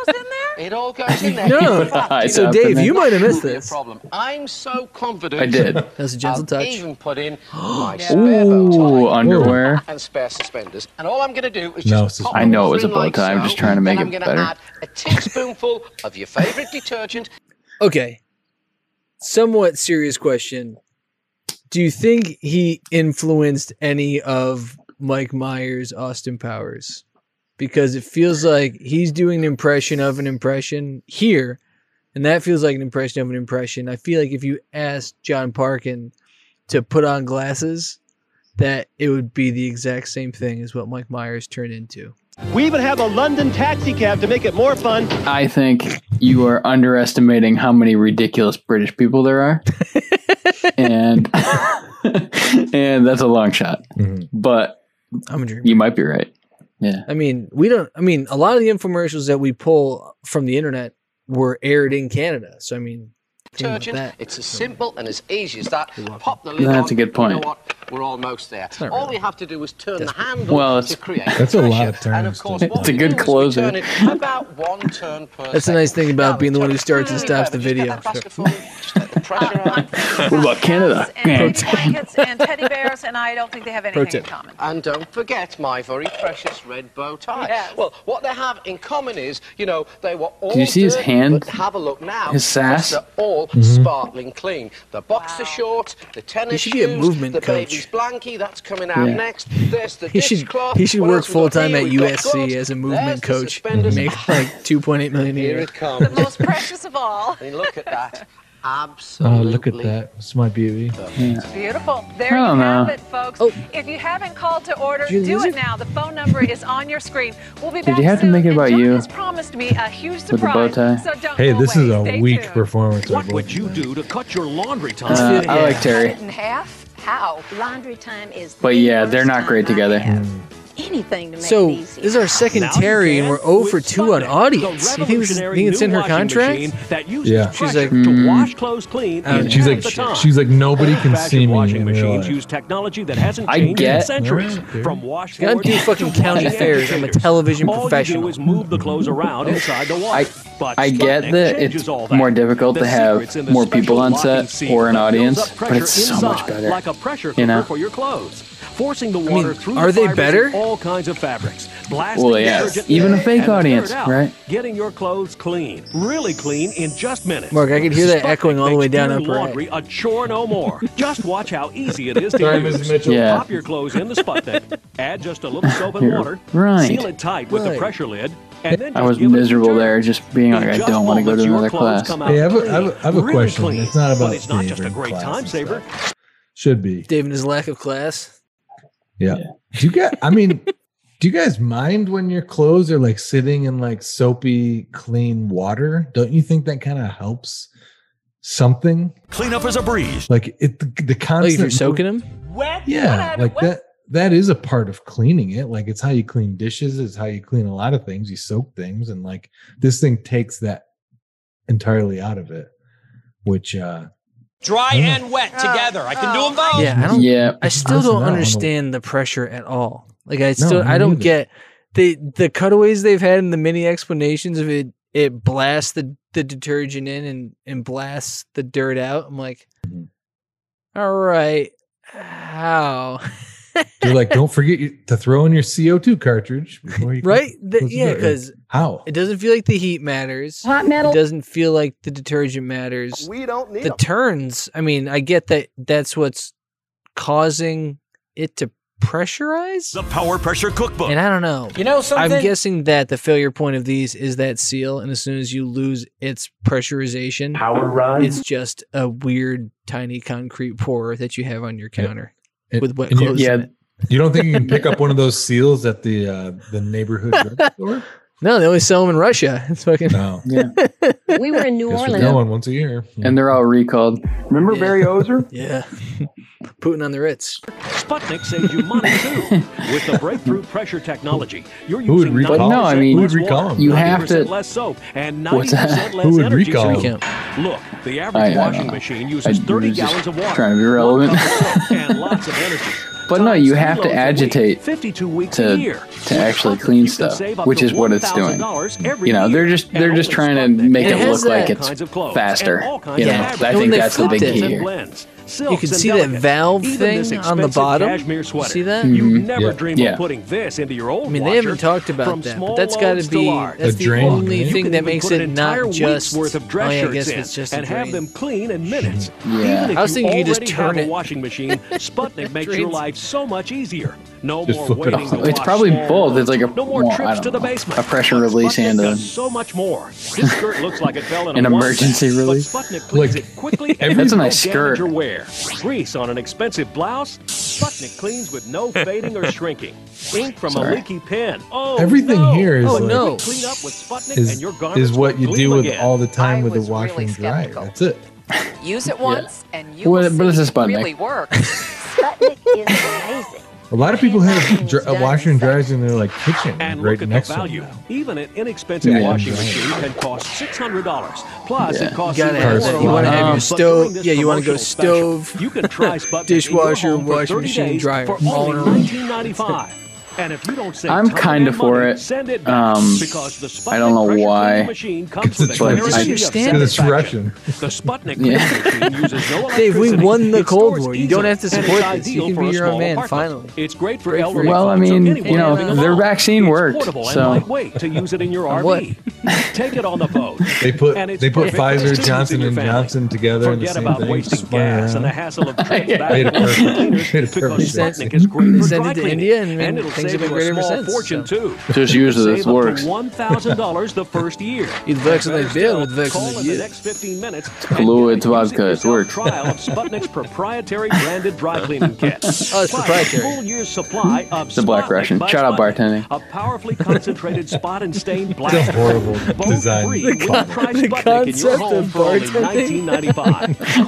Speaker 12: (laughs) it all goes in
Speaker 8: (laughs)
Speaker 12: there.
Speaker 9: No.
Speaker 12: In fact,
Speaker 9: It's up in there.
Speaker 12: Be a problem. I'm so confident.
Speaker 9: I did. (laughs) That
Speaker 8: was a gentle
Speaker 12: I've
Speaker 8: touch.
Speaker 12: Even put in
Speaker 8: (gasps)
Speaker 12: my spare bow tie
Speaker 9: Ooh, underwear.
Speaker 12: and spare suspenders. And all I'm going to do is
Speaker 9: No,
Speaker 12: just pop
Speaker 9: I know it was a
Speaker 12: them in
Speaker 9: bow tie. I'm
Speaker 12: so,
Speaker 9: just trying to
Speaker 12: then
Speaker 9: make
Speaker 12: I'm
Speaker 9: it
Speaker 12: gonna
Speaker 9: better.
Speaker 12: Add a teaspoonful of your favorite detergent.
Speaker 8: Okay. Somewhat serious question. Do you think he influenced any of Mike Myers, Austin Powers? Because it feels like he's doing an impression of an impression here, and that feels like an impression of an impression. I feel like if you asked John Parkin to put on glasses, that it would be the exact same thing as what Mike Myers turned into.
Speaker 19: We even have a London taxi cab to make it more fun.
Speaker 9: I think you are underestimating how many ridiculous British people there (laughs) are, and (laughs) and that's a long shot. But
Speaker 8: I'm a dreamer.
Speaker 9: you might be right. Yeah,
Speaker 8: I mean, we don't. I mean, a lot of the infomercials that we pull from the internet were aired in Canada. So I mean, think about
Speaker 12: detergent. It's as simple and as easy as that. Pop the lid
Speaker 8: That's
Speaker 12: on,
Speaker 8: a good
Speaker 12: You
Speaker 8: point.
Speaker 12: know what? We're almost there.
Speaker 8: not
Speaker 12: All we have to do is turn the handle
Speaker 9: Well, it's-
Speaker 12: to create
Speaker 9: That's a
Speaker 12: pressure.
Speaker 9: lot of
Speaker 12: And of
Speaker 9: turns
Speaker 12: course,
Speaker 9: to-
Speaker 12: what
Speaker 9: It's a
Speaker 12: we
Speaker 9: good
Speaker 12: do is we
Speaker 9: closer.
Speaker 12: turn it about one turn per
Speaker 8: that's the
Speaker 12: second.
Speaker 8: nice thing about being the one who starts and stops the video. (laughs)
Speaker 9: what about Canada?
Speaker 2: and baby blankets and teddy bears, and I don't think they have anything in
Speaker 8: tip.
Speaker 2: common.
Speaker 12: And don't forget my very precious red bow tie.
Speaker 2: Yes.
Speaker 12: Well, what they have in common is, you know, they were all.
Speaker 9: Did you see his
Speaker 12: dirty,
Speaker 9: hand?
Speaker 12: But have a look now.
Speaker 9: His sass?
Speaker 12: because They're all
Speaker 9: Mhm.
Speaker 12: sparkling clean. The boxer shorts, the tennis
Speaker 8: Mm-hmm. should be a
Speaker 12: shoes,
Speaker 8: movement
Speaker 12: the
Speaker 8: coach.
Speaker 12: baby's blankie. That's coming out
Speaker 8: Yeah.
Speaker 12: next. There's the
Speaker 8: He should
Speaker 12: dishcloth.
Speaker 8: he should
Speaker 12: What
Speaker 8: work
Speaker 12: else we got
Speaker 8: full time
Speaker 12: here?
Speaker 8: at
Speaker 12: We've got
Speaker 8: USC
Speaker 12: gloves.
Speaker 8: as a movement
Speaker 12: There's the
Speaker 8: coach,
Speaker 12: suspenders. (laughs)
Speaker 8: make like two point eight million a
Speaker 12: Here
Speaker 8: year.
Speaker 12: it comes.
Speaker 8: (laughs)
Speaker 2: The most precious of all.
Speaker 12: And look at that.
Speaker 10: Oh,
Speaker 12: Absolutely.
Speaker 10: look at that. It's my beauty.
Speaker 2: Beautiful. There
Speaker 10: I
Speaker 2: you
Speaker 10: don't
Speaker 2: have
Speaker 10: know.
Speaker 2: it, folks. If you haven't called to order,
Speaker 9: Did you
Speaker 2: do
Speaker 9: lose
Speaker 2: it,
Speaker 9: it?
Speaker 2: now. The phone number is on your screen. We'll be
Speaker 9: Did
Speaker 2: back
Speaker 9: you have to
Speaker 2: soon.
Speaker 9: make it about you
Speaker 2: Just promised me a huge
Speaker 9: with the bow
Speaker 2: surprise.
Speaker 9: tie?
Speaker 2: So don't
Speaker 10: Hey,
Speaker 2: go
Speaker 10: this
Speaker 2: away.
Speaker 10: is a
Speaker 2: Stay
Speaker 10: weak
Speaker 2: tuned.
Speaker 6: (laughs)
Speaker 10: performance.
Speaker 6: What would you do to cut your laundry time?
Speaker 9: Uh, I like Terry,
Speaker 14: In half? How? Laundry time is
Speaker 9: but
Speaker 14: the
Speaker 9: yeah,
Speaker 14: worst
Speaker 9: they're not
Speaker 14: time
Speaker 9: great
Speaker 14: I
Speaker 9: together.
Speaker 14: have. Anything to make
Speaker 8: So
Speaker 14: it
Speaker 8: this
Speaker 14: easy.
Speaker 8: is our second Terry, and we're zero for two on audience. You think, this, think it's in her contract?
Speaker 6: that uses
Speaker 10: Yeah.
Speaker 8: She's
Speaker 6: pressure
Speaker 8: like, Um,
Speaker 6: to wash
Speaker 9: Hmm.
Speaker 6: clothes clean.
Speaker 10: Yeah,
Speaker 6: in
Speaker 10: she's
Speaker 6: half
Speaker 10: like,
Speaker 6: the time.
Speaker 10: she's like, nobody can
Speaker 6: Back
Speaker 10: see me
Speaker 6: Washing
Speaker 10: in real
Speaker 6: machines
Speaker 10: life.
Speaker 6: use technology that hasn't
Speaker 10: I
Speaker 6: changed in
Speaker 10: get-
Speaker 6: centuries.
Speaker 10: Alright, dude.
Speaker 6: From wash
Speaker 8: I'm
Speaker 6: board
Speaker 8: doing
Speaker 6: to
Speaker 8: fucking
Speaker 6: washing
Speaker 8: county fairs. I'm a
Speaker 6: applicators.
Speaker 8: television
Speaker 6: All
Speaker 8: professional.
Speaker 6: you do is move the clothes
Speaker 9: (laughs)
Speaker 6: around inside the water. But
Speaker 9: I get
Speaker 6: Sputnik
Speaker 9: that
Speaker 6: changes
Speaker 9: it's
Speaker 6: all that.
Speaker 9: more difficult
Speaker 6: The
Speaker 9: to have
Speaker 6: secret's in the
Speaker 9: more
Speaker 6: special
Speaker 9: people on
Speaker 6: locking
Speaker 9: set
Speaker 6: seal
Speaker 9: or an
Speaker 6: that builds
Speaker 9: audience,
Speaker 6: up
Speaker 9: but
Speaker 6: pressure
Speaker 9: it's so much
Speaker 6: inside,
Speaker 9: better.
Speaker 6: Like a pressure cooker
Speaker 9: You know?
Speaker 6: for your clothes, forcing the
Speaker 9: mean,
Speaker 6: water through. the
Speaker 9: are they
Speaker 6: fibers of
Speaker 9: better?
Speaker 6: All kinds of fabrics. Blasting
Speaker 9: Well, yeah,
Speaker 6: detergent
Speaker 9: even a
Speaker 6: in
Speaker 9: fake
Speaker 6: and
Speaker 9: audience,
Speaker 6: stir it out,
Speaker 9: right?
Speaker 6: Getting your clothes clean, really clean, in just minutes.
Speaker 8: Mark, I can hear that
Speaker 6: Sputnik
Speaker 8: echoing all the
Speaker 6: makes
Speaker 8: way down
Speaker 6: doing
Speaker 8: upper right.
Speaker 6: laundry a chore no
Speaker 10: (laughs)
Speaker 6: more. Just watch how easy it is to
Speaker 10: Sorry, Ms.
Speaker 6: use.
Speaker 10: Mitchell. Yeah.
Speaker 6: Pop your clothes in the Sputnik, add just a little soap and
Speaker 9: You're
Speaker 6: water,
Speaker 9: right.
Speaker 6: seal it tight with
Speaker 9: Right.
Speaker 6: a pressure lid, and then
Speaker 9: I was miserable there, just being like, I don't want to go to another class.
Speaker 10: Hey, I have a, I have a, I have a
Speaker 6: Really
Speaker 10: question.
Speaker 6: clean,
Speaker 10: it's not
Speaker 6: but
Speaker 10: about
Speaker 6: it's not just a
Speaker 10: favorite
Speaker 6: great
Speaker 10: class
Speaker 6: time
Speaker 10: and
Speaker 6: saver.
Speaker 10: stuff. Should be.
Speaker 8: Dave and his lack of class.
Speaker 10: Yeah. Do you guys?
Speaker 3: (laughs)
Speaker 10: I mean, do you guys mind when your clothes are like sitting in like soapy, clean water? Don't you think that kind of helps something?
Speaker 6: Cleanup is a breeze.
Speaker 10: Like it, the, the
Speaker 8: Like
Speaker 10: constant.
Speaker 8: Oh, if you're soaking them.
Speaker 10: Yeah, like that. That is a part of cleaning it. Like it's how you clean dishes. It's how you clean a lot of things. You soak things, and like this thing takes that entirely out of it. Which uh
Speaker 3: Dry and wet together. I can do them
Speaker 12: Oh,
Speaker 3: both.
Speaker 8: Yeah, I don't.
Speaker 9: Yeah.
Speaker 8: I still
Speaker 10: Honestly,
Speaker 8: don't
Speaker 10: I don't know.
Speaker 8: understand the pressure at all. Like I
Speaker 10: No,
Speaker 8: still,
Speaker 10: me
Speaker 8: I don't
Speaker 10: neither.
Speaker 8: get the the cutaways they've had and the mini explanations of it. It blasts the, the detergent in and and blasts the dirt out. I'm like,
Speaker 10: Mm-hmm.
Speaker 8: all right, how? (laughs)
Speaker 10: they're like, don't forget you- to throw in your CO2 cartridge before
Speaker 8: (laughs)
Speaker 10: you
Speaker 8: Right? The-
Speaker 10: close the
Speaker 8: yeah,
Speaker 10: door.
Speaker 8: 'cause-
Speaker 10: how?
Speaker 8: It doesn't feel like the heat matters.
Speaker 16: Hot metal.
Speaker 8: It doesn't feel like the detergent matters.
Speaker 16: We don't need
Speaker 8: the
Speaker 16: 'em.
Speaker 8: turns. I mean, I get that that's what's causing it to pressurize.
Speaker 3: The Power Pressure Cookbook.
Speaker 8: And I don't know.
Speaker 3: You know something?
Speaker 8: I'm guessing that the failure point of these is that seal, and as soon as you lose its pressurization,
Speaker 10: Power run?
Speaker 8: it's just a weird tiny concrete pour that you have on your counter
Speaker 10: It-
Speaker 8: with wet
Speaker 10: and you-
Speaker 8: clothes. in it.
Speaker 9: (laughs)
Speaker 10: You don't think you can pick up one of those seals at the uh, the neighborhood drug store?
Speaker 8: No, they only sell them in Russia. (laughs)
Speaker 6: (laughs)
Speaker 8: It's fucking.
Speaker 9: Yeah.
Speaker 5: we were in New
Speaker 9: Guess we're
Speaker 5: Orleans.
Speaker 9: going
Speaker 10: once a year.
Speaker 9: And they're all recalled. Remember (laughs) Barry Ozer?
Speaker 8: Yeah. Putin on the Ritz.
Speaker 6: Sputnik saves you
Speaker 9: (laughs)
Speaker 6: money too with the breakthrough pressure technology. You're
Speaker 9: Who would
Speaker 6: using nine
Speaker 9: recall him? But no, I mean- Who would recall him?
Speaker 6: percent
Speaker 9: You have to-
Speaker 6: less soap and ninety
Speaker 9: What's that?
Speaker 6: percent less
Speaker 9: Who would
Speaker 6: energy.
Speaker 9: recall
Speaker 6: savings.
Speaker 9: him?
Speaker 6: Look, the average
Speaker 9: I- I don't
Speaker 6: washing
Speaker 9: know.
Speaker 6: machine
Speaker 9: I
Speaker 6: uses thirty
Speaker 9: was just
Speaker 6: gallons of water,
Speaker 9: trying to be relevant.
Speaker 6: and lots of
Speaker 9: (laughs)
Speaker 6: energy.
Speaker 9: But no, you have
Speaker 6: loads a
Speaker 9: to
Speaker 6: week,
Speaker 9: agitate to to actually clean stuff,
Speaker 6: save up
Speaker 9: which
Speaker 6: to
Speaker 9: is what it's doing.
Speaker 6: $1,000 every
Speaker 9: You know, they're just they're just trying to make
Speaker 8: And
Speaker 9: it
Speaker 8: it
Speaker 9: look
Speaker 8: has
Speaker 9: like
Speaker 8: that-
Speaker 9: it's
Speaker 8: kinds of clothes
Speaker 9: faster.
Speaker 8: and all kinds
Speaker 9: You
Speaker 8: of
Speaker 9: know,
Speaker 8: fabrics.
Speaker 9: I
Speaker 8: And when
Speaker 9: think
Speaker 8: they
Speaker 9: that's the
Speaker 8: flip
Speaker 9: big
Speaker 8: it-
Speaker 9: key here.
Speaker 8: You can see that valve thing on the bottom. See that?
Speaker 9: You Mhm.
Speaker 6: never
Speaker 9: Yeah.
Speaker 6: dream
Speaker 9: Yeah.
Speaker 6: of putting this into your old
Speaker 8: I mean, they haven't talked about that, but that's got to be that's the only thing that makes it not just.
Speaker 6: worth of dress
Speaker 8: oh, yeah, I
Speaker 6: shirts
Speaker 8: guess
Speaker 6: in
Speaker 8: it's just a
Speaker 6: and have
Speaker 8: drain.
Speaker 6: them clean in minutes.
Speaker 8: Yeah.
Speaker 6: Even if
Speaker 8: I was thinking you just
Speaker 6: already
Speaker 8: turn
Speaker 6: have
Speaker 8: it.
Speaker 6: a washing machine,
Speaker 8: (laughs)
Speaker 6: Sputnik makes your
Speaker 8: Drains.
Speaker 6: life so much easier. No
Speaker 9: Just
Speaker 6: more
Speaker 9: flip it
Speaker 6: waiting
Speaker 9: off.
Speaker 6: to
Speaker 9: It's
Speaker 6: wash
Speaker 9: probably
Speaker 6: small
Speaker 9: both.
Speaker 6: loads.
Speaker 9: It's like a-
Speaker 6: no more
Speaker 9: well, I
Speaker 6: trips
Speaker 9: don't
Speaker 6: to the
Speaker 9: know.
Speaker 6: basement.
Speaker 9: A pressure release
Speaker 6: Sputnik
Speaker 9: and a-
Speaker 6: does so much more. His
Speaker 9: (laughs)
Speaker 6: skirt looks like it fell in a
Speaker 9: An
Speaker 6: wash,
Speaker 9: emergency
Speaker 6: but
Speaker 9: release.
Speaker 6: Sputnik cleans
Speaker 9: Like,
Speaker 6: it quickly.
Speaker 9: (laughs) every-
Speaker 6: and
Speaker 9: That's a
Speaker 6: no
Speaker 9: nice
Speaker 6: damage
Speaker 9: skirt.
Speaker 6: or wear. Grease on an expensive blouse. Sputnik cleans with
Speaker 9: (laughs)
Speaker 6: no fading or shrinking. Ink from
Speaker 10: Sorry.
Speaker 6: a leaky pen. Oh,
Speaker 10: Everything
Speaker 6: no.
Speaker 10: here is
Speaker 6: oh,
Speaker 10: like-
Speaker 6: no. Clean up with Sputnik
Speaker 10: Is,
Speaker 6: and your garments
Speaker 10: is what you
Speaker 6: will
Speaker 10: do
Speaker 6: gleam
Speaker 10: with
Speaker 6: again.
Speaker 10: all the time with the wash and dry. That's it.
Speaker 2: Use it once, and you
Speaker 10: Well,
Speaker 2: will
Speaker 10: but it's
Speaker 2: see
Speaker 10: a
Speaker 2: it
Speaker 10: Sputnik.
Speaker 2: really work.
Speaker 9: (laughs)
Speaker 10: A lot of people have dr- uh, washer and dryers in their like kitchen
Speaker 6: And
Speaker 10: right
Speaker 6: look at
Speaker 10: next
Speaker 6: the
Speaker 10: to them.
Speaker 6: value. Even an inexpensive
Speaker 10: Yeah.
Speaker 6: washing machine can cost six hundred dollars. Plus,
Speaker 8: Yeah.
Speaker 6: it costs
Speaker 8: You gotta have
Speaker 6: more
Speaker 8: that.
Speaker 6: to
Speaker 8: You wanna
Speaker 6: run.
Speaker 8: have your
Speaker 6: But
Speaker 8: stove-
Speaker 6: during this
Speaker 8: yeah, you wanna go
Speaker 6: promotional special,
Speaker 8: stove,
Speaker 6: You can
Speaker 8: (laughs)
Speaker 6: try Sputnik in your
Speaker 8: dishwasher,
Speaker 6: home for
Speaker 8: washing
Speaker 6: 30
Speaker 8: machine,
Speaker 6: days
Speaker 8: dryer,
Speaker 6: for
Speaker 8: all
Speaker 6: only
Speaker 8: in a row.
Speaker 6: nineteen ninety five. And if you don't save
Speaker 9: I'm
Speaker 6: time
Speaker 9: kind of
Speaker 6: and
Speaker 9: for
Speaker 6: money,
Speaker 9: it.
Speaker 6: Send it back
Speaker 9: Um,
Speaker 6: because the Sputnik
Speaker 9: I don't know
Speaker 6: pressure
Speaker 9: why.
Speaker 6: cleaning machine comes
Speaker 9: Because
Speaker 6: with a
Speaker 9: it's like-
Speaker 6: guarantee
Speaker 9: I
Speaker 6: of
Speaker 9: understand it's
Speaker 6: satisfaction.
Speaker 9: Russian.
Speaker 6: The Sputnik
Speaker 9: Yeah.
Speaker 6: cleaning machine uses no
Speaker 8: (laughs) Dave, we
Speaker 6: electricity.
Speaker 8: won the
Speaker 6: It
Speaker 8: Cold
Speaker 6: stores
Speaker 8: War. You don't
Speaker 6: easily,
Speaker 8: have to
Speaker 6: and it's
Speaker 8: support this. You
Speaker 6: ideal
Speaker 8: can
Speaker 6: for
Speaker 8: be
Speaker 6: a
Speaker 8: your own
Speaker 6: small
Speaker 8: man,
Speaker 6: apartment.
Speaker 8: finally.
Speaker 6: It's great for
Speaker 8: Great for
Speaker 6: elderly
Speaker 8: you.
Speaker 9: Well, I
Speaker 6: folks or
Speaker 9: mean,
Speaker 6: anyone
Speaker 9: you know,
Speaker 6: living
Speaker 9: their
Speaker 6: alone.
Speaker 9: vaccine
Speaker 6: It's
Speaker 9: worked,
Speaker 6: portable and
Speaker 9: so-
Speaker 6: lightweight to use it in your
Speaker 8: On
Speaker 6: RV.
Speaker 8: (laughs) what?
Speaker 6: Take it on the boat.
Speaker 10: They put
Speaker 6: And it's
Speaker 10: they put
Speaker 6: perfect for
Speaker 10: Pfizer,
Speaker 6: students in
Speaker 10: Johnson
Speaker 6: your
Speaker 10: and
Speaker 6: family.
Speaker 10: Johnson together in the
Speaker 6: Forget
Speaker 10: same
Speaker 6: about
Speaker 10: thing.
Speaker 6: wasting
Speaker 10: just flying
Speaker 6: gas
Speaker 10: around.
Speaker 6: and the hassle of trans
Speaker 10: Yeah.
Speaker 6: back
Speaker 10: (laughs) Made a
Speaker 6: and forth
Speaker 10: perfect-
Speaker 6: cleaners
Speaker 10: made a perfect
Speaker 6: because
Speaker 10: sense.
Speaker 6: Sputnik is great for
Speaker 8: Sent it
Speaker 6: dry
Speaker 8: to
Speaker 6: cleaning,
Speaker 8: India, and
Speaker 6: it'll save
Speaker 8: things have been
Speaker 6: you a
Speaker 8: great ever
Speaker 6: small
Speaker 8: since,
Speaker 6: fortune
Speaker 8: so.
Speaker 6: too.
Speaker 9: Just use
Speaker 6: You
Speaker 9: it,
Speaker 6: can
Speaker 9: this
Speaker 6: save up to
Speaker 9: works.
Speaker 6: $1,000 the first
Speaker 8: (laughs)
Speaker 6: year. (laughs)
Speaker 8: You'd vex it
Speaker 6: Better
Speaker 8: like Dale
Speaker 6: still,
Speaker 8: would vex it
Speaker 6: call
Speaker 8: like
Speaker 6: in the
Speaker 8: you.
Speaker 6: next 15
Speaker 9: (laughs)
Speaker 6: minutes
Speaker 9: Fluids vodka, it (laughs) works.
Speaker 6: trial of Sputnik's proprietary branded dry cleaning
Speaker 8: (laughs)
Speaker 6: kit.
Speaker 9: Oh, it's
Speaker 6: Plus,
Speaker 9: proprietary.
Speaker 6: Full year's
Speaker 9: (laughs)
Speaker 6: supply of
Speaker 9: It's a black
Speaker 6: Sputnik
Speaker 9: Russian.
Speaker 6: by
Speaker 9: Shout out
Speaker 6: Sputnik,
Speaker 9: bartending.
Speaker 6: A powerfully concentrated spot and
Speaker 10: (laughs)
Speaker 6: stain
Speaker 10: It's
Speaker 6: blaster.
Speaker 10: a horrible
Speaker 6: Both
Speaker 10: design.
Speaker 6: free when you try
Speaker 8: the
Speaker 6: Sputnik in your
Speaker 8: concept
Speaker 6: home
Speaker 8: of
Speaker 6: for only
Speaker 8: bartending. (laughs)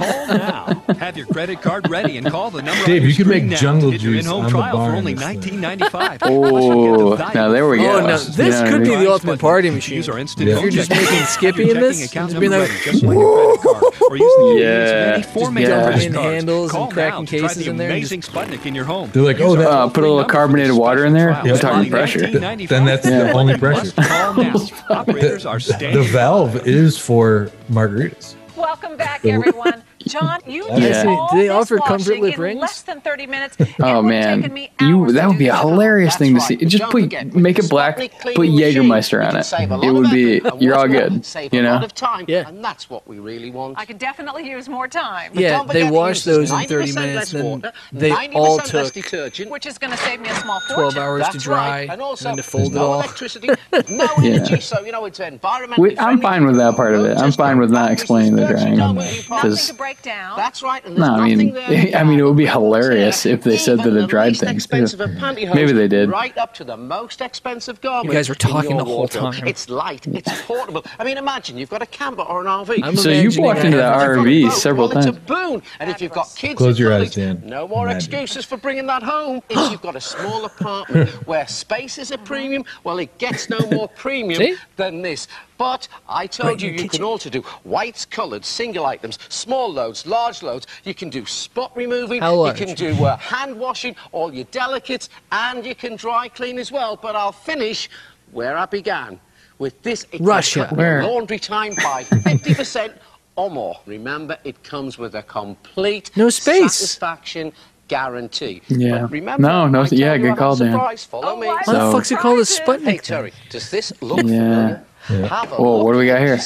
Speaker 6: $19.95. Call now.
Speaker 15: Have your credit card ready and call the number.
Speaker 10: Dave,
Speaker 15: on your
Speaker 10: you could
Speaker 15: screen
Speaker 10: make
Speaker 15: now to
Speaker 10: jungle
Speaker 15: get your
Speaker 10: juice
Speaker 15: in-home
Speaker 10: on the
Speaker 15: trial
Speaker 10: bar
Speaker 15: for
Speaker 10: in
Speaker 15: only
Speaker 10: this
Speaker 9: (laughs)
Speaker 15: $19.95.
Speaker 9: Oh, now there we go.
Speaker 8: Oh, no. This
Speaker 9: You know what I
Speaker 8: could be
Speaker 9: mean?
Speaker 8: the ultimate party machine.
Speaker 10: Yeah.
Speaker 8: If you're just making Skippy in this,
Speaker 15: account
Speaker 8: just being
Speaker 15: number
Speaker 8: like,
Speaker 15: ready, just like your credit card, or use the
Speaker 9: Yeah.
Speaker 15: many four
Speaker 9: Just
Speaker 15: major
Speaker 9: dump
Speaker 15: credit
Speaker 9: in
Speaker 15: cards.
Speaker 8: handles
Speaker 15: Call
Speaker 8: and cracking
Speaker 15: now to try
Speaker 8: cases
Speaker 15: the
Speaker 8: in there and
Speaker 15: Amazing Sputnik in your home.
Speaker 10: They're like,
Speaker 15: Use
Speaker 10: oh,
Speaker 15: our
Speaker 10: that-
Speaker 9: Uh, put a little carbonated water in there.
Speaker 10: Yeah.
Speaker 9: We're talking pressure.
Speaker 10: Th- then that's the
Speaker 9: Yeah.
Speaker 10: only pressure.
Speaker 15: Call now. Operators are standing.
Speaker 10: The valve is for margaritas.
Speaker 2: Welcome back,
Speaker 10: The-
Speaker 2: everyone. John, you
Speaker 10: Yeah.
Speaker 2: did
Speaker 9: Listen,
Speaker 2: all
Speaker 8: do they
Speaker 2: this
Speaker 8: offer
Speaker 2: washing
Speaker 8: comfort lip
Speaker 2: in
Speaker 8: rings?
Speaker 2: less than 30 minutes.
Speaker 9: Oh man, you that would be a hilarious thing to see. Just put make it black, put Jägermeister on it. It would be you're all good.
Speaker 12: Save a
Speaker 9: You
Speaker 12: lot
Speaker 9: know,
Speaker 12: of time, yeah. and that's what we really want.
Speaker 2: I could definitely use more time.
Speaker 12: But
Speaker 8: yeah,
Speaker 12: don't
Speaker 8: they
Speaker 12: forget it
Speaker 8: wash
Speaker 12: uses
Speaker 8: those in 30
Speaker 12: 90%
Speaker 8: minutes,
Speaker 12: less
Speaker 8: then
Speaker 12: water,
Speaker 8: they all
Speaker 12: 90% less
Speaker 8: took
Speaker 12: detergent,
Speaker 2: which is going to save me a small
Speaker 8: 12
Speaker 2: fortune.
Speaker 8: hours to
Speaker 12: That's
Speaker 8: dry,
Speaker 12: right. And
Speaker 8: and
Speaker 12: also,
Speaker 8: then to fold it
Speaker 12: no
Speaker 8: all.
Speaker 12: electricity,
Speaker 8: (laughs)
Speaker 12: no
Speaker 9: Yeah.
Speaker 12: energy, so you know it's environmentally
Speaker 9: we, I'm
Speaker 12: friendly.
Speaker 9: fine with that part of it. I'm fine with not explaining the drying on that because
Speaker 2: break down.
Speaker 12: That's right. And
Speaker 9: no, I mean, (laughs) I mean it would be hilarious if they said that it dried things. (laughs)
Speaker 12: expensive of pantyhose,
Speaker 9: Maybe they did.
Speaker 12: Right up to the most expensive garment.
Speaker 8: You guys were
Speaker 12: in your
Speaker 8: talking the whole
Speaker 12: wardrobe.
Speaker 8: time.
Speaker 12: It's light. It's portable. I mean, imagine you've got a camper or an RV.
Speaker 8: I'm So you imagining walked that into that
Speaker 12: If you've got a
Speaker 9: RV
Speaker 12: boat,
Speaker 9: several
Speaker 12: well, it's a
Speaker 9: times.
Speaker 12: boon. And if you've got kids,
Speaker 10: Close
Speaker 12: in
Speaker 10: your
Speaker 12: college,
Speaker 10: eyes, Dan.
Speaker 12: No more
Speaker 10: Imagine.
Speaker 12: excuses for bringing that
Speaker 9: (gasps)
Speaker 12: home. if you've got a small apartment
Speaker 10: (laughs)
Speaker 12: where space is a premium, well, it gets no
Speaker 8: (laughs)
Speaker 12: more
Speaker 8: See?
Speaker 12: premium than this. But I told you you can also do whites, coloured, single items, small loads, large loads. You can do spot removing.
Speaker 8: How large?
Speaker 12: You can do uh, hand washing, all your delicates, and you can dry clean as well. But I'll finish where I began with this. It can
Speaker 8: Russia.
Speaker 12: cut your
Speaker 8: Where?
Speaker 12: Laundry time by 50% or more. Remember, it comes with a complete
Speaker 8: No space.
Speaker 12: satisfaction guarantee.
Speaker 9: Yeah.
Speaker 12: But remember,
Speaker 9: No, no,
Speaker 12: I told
Speaker 9: yeah,
Speaker 12: you
Speaker 9: good
Speaker 12: I'm a
Speaker 9: call, Dan.
Speaker 12: surprise.
Speaker 2: Oh,
Speaker 12: Follow me.
Speaker 8: Why the
Speaker 9: So-
Speaker 8: fuck's it called a Sputnik?
Speaker 12: Hey, Terry, does this look
Speaker 9: yeah.
Speaker 12: familiar?
Speaker 9: yeah.
Speaker 12: Have a
Speaker 9: Oh, what do we got here?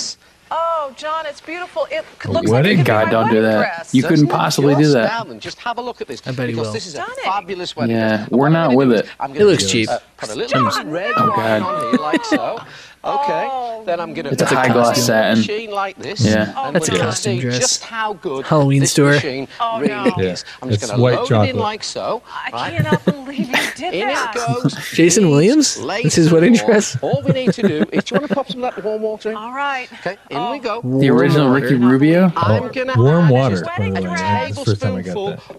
Speaker 2: Oh, John, it's beautiful. It c- looks like it
Speaker 9: Wedding?
Speaker 2: could be my
Speaker 9: God, don't do
Speaker 2: wedding
Speaker 9: that.
Speaker 2: dress.
Speaker 9: You couldn't
Speaker 12: Doesn't it
Speaker 9: possibly do
Speaker 12: just
Speaker 9: that.
Speaker 12: astound them? Just have a look at this.
Speaker 8: I bet he
Speaker 12: because
Speaker 8: will.
Speaker 12: This is a fabulous wedding.
Speaker 9: Yeah,
Speaker 12: dress.
Speaker 9: we're
Speaker 12: What I'm
Speaker 9: not
Speaker 12: gonna
Speaker 9: with
Speaker 12: do
Speaker 9: it.
Speaker 12: is I'm
Speaker 9: It
Speaker 12: gonna
Speaker 9: looks
Speaker 12: do is,
Speaker 9: cheap.
Speaker 12: uh, Put a little
Speaker 9: Jeez.
Speaker 12: red
Speaker 9: Oh,
Speaker 12: wine
Speaker 9: God.
Speaker 12: on here, like
Speaker 9: (laughs)
Speaker 12: so. Okay.
Speaker 9: Oh.
Speaker 12: then I'm going to
Speaker 9: It's a high gloss satin.
Speaker 12: machine like this.
Speaker 9: Yeah.
Speaker 12: and
Speaker 9: That's Oh,
Speaker 12: we're
Speaker 9: a
Speaker 12: gonna
Speaker 9: costume
Speaker 12: see
Speaker 9: dress.
Speaker 12: Just how good
Speaker 9: Halloween
Speaker 12: this
Speaker 9: store.
Speaker 12: machine really
Speaker 9: Yeah.
Speaker 12: is. I'm just
Speaker 9: It's
Speaker 12: going to
Speaker 9: white
Speaker 12: load it
Speaker 9: chocolate.
Speaker 12: in like so. I
Speaker 2: cannot believe you did
Speaker 12: In
Speaker 2: that.
Speaker 12: it goes.
Speaker 8: Jason Williams? That's his wedding dress?
Speaker 12: All we need to do is, do you want to pop some of that warm water
Speaker 9: (laughs)
Speaker 12: in? All right. Okay, in we go.
Speaker 9: The original Ricky Rubio?
Speaker 12: I'm gonna
Speaker 9: warm
Speaker 10: Oh, water, by the way. That's the first time I got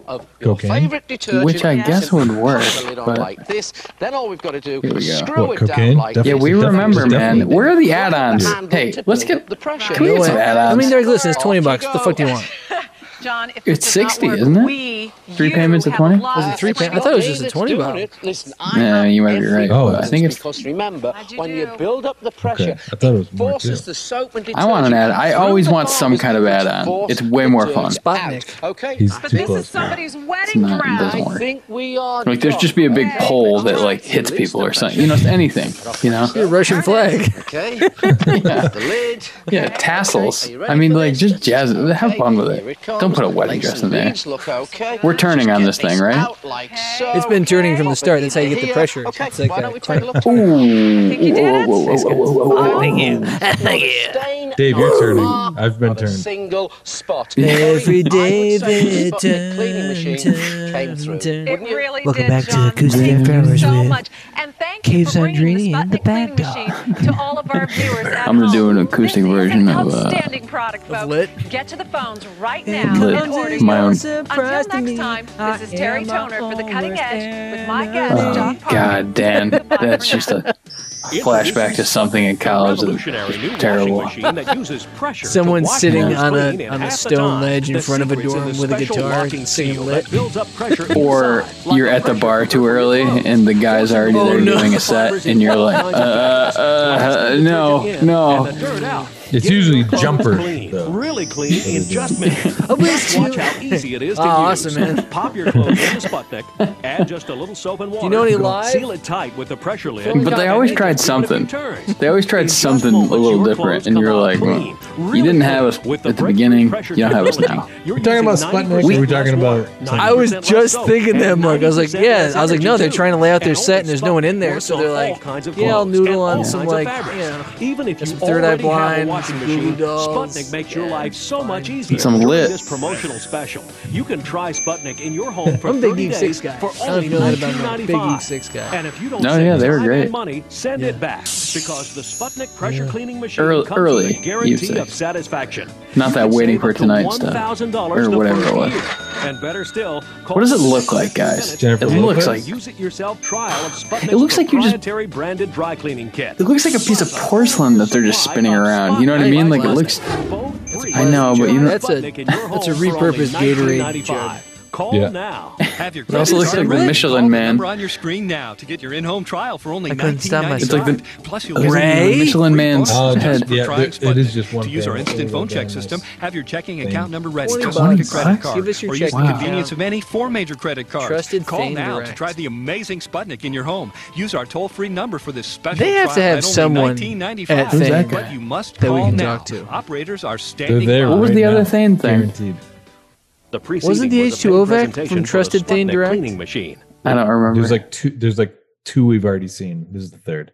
Speaker 12: of
Speaker 10: that. Cocaine?
Speaker 12: favorite detergent.
Speaker 9: Which I guess would work,
Speaker 12: Put the lid on
Speaker 9: but-
Speaker 12: like this. Then all we've got to do
Speaker 9: Here we
Speaker 12: is
Speaker 9: go.
Speaker 12: screw
Speaker 9: What,
Speaker 12: it down
Speaker 9: cocaine?
Speaker 12: like
Speaker 9: Yeah,
Speaker 12: this.
Speaker 9: we remember, man. Where are the add-ons?
Speaker 12: Yeah.
Speaker 9: Hey, let's get.
Speaker 12: The pressure.
Speaker 9: Can we get some
Speaker 8: I
Speaker 9: add-ons?
Speaker 8: mean, they're listen, it's 20 bucks. What the fuck do you want?
Speaker 2: John, if
Speaker 9: It's sixty, isn't it? Three payments of twenty.
Speaker 8: Was it three pounds? I thought it was just a 20 buck.
Speaker 12: Listen,
Speaker 9: No, you might be right.
Speaker 10: Oh,
Speaker 9: but I think it's.
Speaker 12: because remember, when you build up the pressure,
Speaker 9: I thought it was
Speaker 12: it forces the soap and
Speaker 9: I want an
Speaker 12: detergent
Speaker 9: add. I
Speaker 12: through
Speaker 9: always
Speaker 12: the
Speaker 9: want some
Speaker 12: bars
Speaker 9: kind of
Speaker 12: to
Speaker 9: add-on.
Speaker 12: force
Speaker 9: It's way more fun.
Speaker 12: detergent out. Okay,
Speaker 9: He's But too this is close for
Speaker 2: somebody's
Speaker 9: wedding not- it dress.
Speaker 12: I
Speaker 9: doesn't work.
Speaker 12: think we are.
Speaker 9: Like, there's just be a big pole that like hits people or something. You know, it's anything. You know,
Speaker 8: Russian
Speaker 6: (laughs)
Speaker 8: flag. (laughs)
Speaker 12: Okay.
Speaker 9: yeah.
Speaker 12: The lid.
Speaker 9: yeah, tassels. I mean, like, just jazz. it. Have fun with it. Don't put a wedding dress in there.
Speaker 12: Look okay.
Speaker 9: We're turning on this thing, right?
Speaker 8: It's been turning from the start. That's how you get the pressure. It's like that. (laughs) Thank you. Thank you.
Speaker 10: Dave, you're turning. I've been turned.
Speaker 12: Single spot.
Speaker 8: Every
Speaker 12: I
Speaker 8: day
Speaker 12: would say
Speaker 8: they
Speaker 12: the Sputnik cleaning
Speaker 8: turn,
Speaker 12: machine came through.
Speaker 8: turn.
Speaker 12: Wouldn't you?
Speaker 8: Welcome back to Acoustic Powers with Cave Sandrini and the Bad Dog.
Speaker 9: (laughs) I'm gonna do an acoustic version of uh,
Speaker 2: outstanding product, folks. Get to the phones right now
Speaker 9: Lit.
Speaker 2: and order
Speaker 9: My own-
Speaker 2: yours. Until next time, this is Terry Toner for the Cutting Edge with my guest,
Speaker 8: Uh,
Speaker 9: Oh,
Speaker 2: John
Speaker 9: God, Dan, that's just a flashback to something in college that was terrible.
Speaker 6: that uses pressure.
Speaker 8: Someone
Speaker 6: to wash
Speaker 8: sitting
Speaker 6: clothes
Speaker 8: on a-
Speaker 6: clean in
Speaker 8: on a
Speaker 6: half the
Speaker 8: stone
Speaker 6: time.
Speaker 8: ledge in
Speaker 6: The
Speaker 8: front of a
Speaker 6: secret's in
Speaker 8: dorm
Speaker 6: the
Speaker 8: with a
Speaker 6: special
Speaker 8: guitar
Speaker 6: locking
Speaker 8: singing
Speaker 6: seal
Speaker 8: lit.
Speaker 6: that builds up pressure
Speaker 9: Or you're at the bar too early and the guy's already
Speaker 6: Oh,
Speaker 9: there doing a set, and you're like, uh, uh, uh, no, no.
Speaker 10: It's usually jumper.
Speaker 6: Clean, really clean in
Speaker 10: (laughs)
Speaker 6: just minutes.
Speaker 9: Oh,
Speaker 6: Just watch how easy it is to
Speaker 8: Oh,
Speaker 6: use.
Speaker 8: awesome, man.
Speaker 6: Pop your clothes in the Sputnik, add just a little soap and water.
Speaker 8: you know any live?
Speaker 6: Seal it tight with the pressure lid.
Speaker 9: But they always tried something. They always tried something a little different, and you're like, well, you didn't have us at the beginning, you don't have us now.
Speaker 10: We're talking about Sputnik. Or we're talking about.
Speaker 8: I was just thinking that, Mark. I was like, yeah. I was like, no, they're trying to lay out their set and there's no one in there, so they're like, yeah, I'll noodle on some like, yeah,
Speaker 6: Even if you
Speaker 8: some third
Speaker 6: already
Speaker 8: eye
Speaker 6: have a
Speaker 8: blind,
Speaker 6: washing
Speaker 8: some
Speaker 6: machine,
Speaker 8: Goo Goo dolls.
Speaker 6: Sputnik makes your life so much easier.
Speaker 9: Some
Speaker 6: During
Speaker 9: lit.
Speaker 6: This promotional special, you can try Sputnik in your home for
Speaker 8: I'm
Speaker 6: 30
Speaker 8: Big Eve
Speaker 6: days
Speaker 8: Six guy.
Speaker 6: for
Speaker 8: I don't
Speaker 6: only
Speaker 8: know that about no Big
Speaker 6: $19.95.
Speaker 8: Eve Six guy.
Speaker 6: And if you don't
Speaker 9: No,
Speaker 6: save
Speaker 9: yeah, they were
Speaker 6: time and
Speaker 9: great.
Speaker 6: money, send it back because the Sputnik pressure cleaning machine
Speaker 9: Earl-
Speaker 6: comes
Speaker 9: early,
Speaker 6: with a guarantee
Speaker 9: you'd
Speaker 6: of satisfaction.
Speaker 9: Not
Speaker 6: You
Speaker 9: that
Speaker 6: can
Speaker 9: waiting
Speaker 6: save
Speaker 9: for
Speaker 6: up to
Speaker 9: tonight stuff,
Speaker 6: $1,000
Speaker 9: or
Speaker 6: the
Speaker 9: whatever
Speaker 6: first
Speaker 9: it was.
Speaker 6: year. And better still,
Speaker 9: What does it look like, guys? Jennifer
Speaker 6: it
Speaker 9: Lopez?
Speaker 6: looks like use it yourself trial of Sputnik's
Speaker 9: It looks like you just-
Speaker 6: proprietary branded dry cleaning kit.
Speaker 9: It looks like a piece of porcelain that they're just spinning around. You know what I mean? Like it looks. I know, but you know.
Speaker 8: That's a that's a repurposed Gatorade jug.
Speaker 6: Call
Speaker 9: Yeah. (laughs)
Speaker 6: now.
Speaker 15: Have your
Speaker 9: It also looks like the Michelin Man.
Speaker 15: Number on your screen now to get your in-home trial for only
Speaker 8: I couldn't stop
Speaker 15: $19.95.
Speaker 9: It's like the,
Speaker 15: Plus,
Speaker 9: it's like the Michelin Man's
Speaker 10: Oh, just-
Speaker 9: head.
Speaker 10: yeah, it- it is just one.
Speaker 15: To use our
Speaker 10: thing.
Speaker 15: instant
Speaker 10: It's
Speaker 15: phone
Speaker 10: really
Speaker 15: check
Speaker 10: nice.
Speaker 15: system, have your checking
Speaker 10: Thing.
Speaker 15: account number ready,
Speaker 10: Twenty
Speaker 15: just like a
Speaker 10: bucks.
Speaker 15: credit card,
Speaker 10: Give us your
Speaker 15: or use the
Speaker 10: checking
Speaker 15: convenience
Speaker 10: account.
Speaker 15: of any four major credit cards.
Speaker 8: Trusted
Speaker 15: Call
Speaker 8: Fame
Speaker 15: now to
Speaker 8: Direct.
Speaker 15: try the amazing Sputnik in your home. Use our toll-free number for this special.
Speaker 8: They have to
Speaker 15: trial
Speaker 8: have
Speaker 15: at only
Speaker 8: someone
Speaker 15: $19.95.
Speaker 8: at thing
Speaker 15: but you must
Speaker 8: that we
Speaker 15: call
Speaker 8: can
Speaker 15: now.
Speaker 8: talk to.
Speaker 15: Operators are standing.
Speaker 10: there
Speaker 15: by.
Speaker 9: What was
Speaker 10: right
Speaker 9: the
Speaker 10: now.
Speaker 9: other thing thing?
Speaker 10: Guaranteed.
Speaker 6: The
Speaker 8: Wasn't the
Speaker 6: was a paid
Speaker 8: H2O vac
Speaker 6: presentation
Speaker 8: from
Speaker 6: for the
Speaker 8: Trusted Thane
Speaker 6: Sputnik
Speaker 8: Direct?
Speaker 6: Cleaning machine.
Speaker 9: I don't remember.
Speaker 10: There's like two. There's like two we've already seen. This is the third.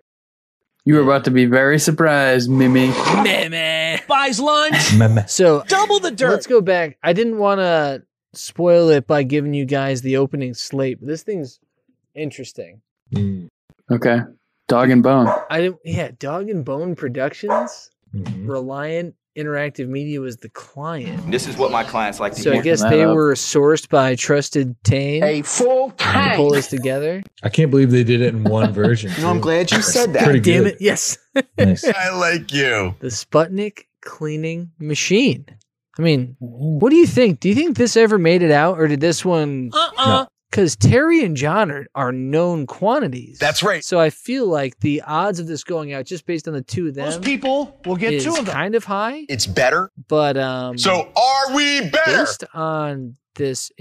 Speaker 9: You were about to be very surprised, Mimi.
Speaker 3: Buys lunch.
Speaker 8: So
Speaker 3: Double the dirt.
Speaker 8: Let's go back. I didn't want to spoil it by giving you guys the opening slate, but this thing's interesting.
Speaker 10: Mm-hmm.
Speaker 9: Okay. Dog and bone.
Speaker 8: I didn't. Yeah, Dog and Bone Productions,
Speaker 5: Mm-hmm.
Speaker 8: Reliant Interactive Media was the client.
Speaker 5: This is what my clients like to
Speaker 8: So
Speaker 5: hear.
Speaker 8: I guess they were sourced by Trusted Tane. A
Speaker 5: full
Speaker 8: to pull this together.
Speaker 10: I can't believe they did it in one version.
Speaker 8: (laughs) You know, I'm
Speaker 10: too.
Speaker 8: glad you
Speaker 10: That's
Speaker 8: said that.
Speaker 10: Pretty
Speaker 8: Damn
Speaker 10: good.
Speaker 8: it, (laughs) yes.
Speaker 10: Nice.
Speaker 8: I
Speaker 5: like you.
Speaker 8: The Sputnik cleaning machine. I mean, what do you think? Do you think this ever made it out, or did this one?
Speaker 3: Uh-uh.
Speaker 8: Because Terry and John are, are known quantities.
Speaker 5: That's right.
Speaker 8: So I feel like the odds of this going out just based on the two of them.
Speaker 5: Most people will get
Speaker 8: is
Speaker 5: two of them.
Speaker 8: Kind of high.
Speaker 5: It's better.
Speaker 8: But um
Speaker 5: So are we better?
Speaker 8: Based on this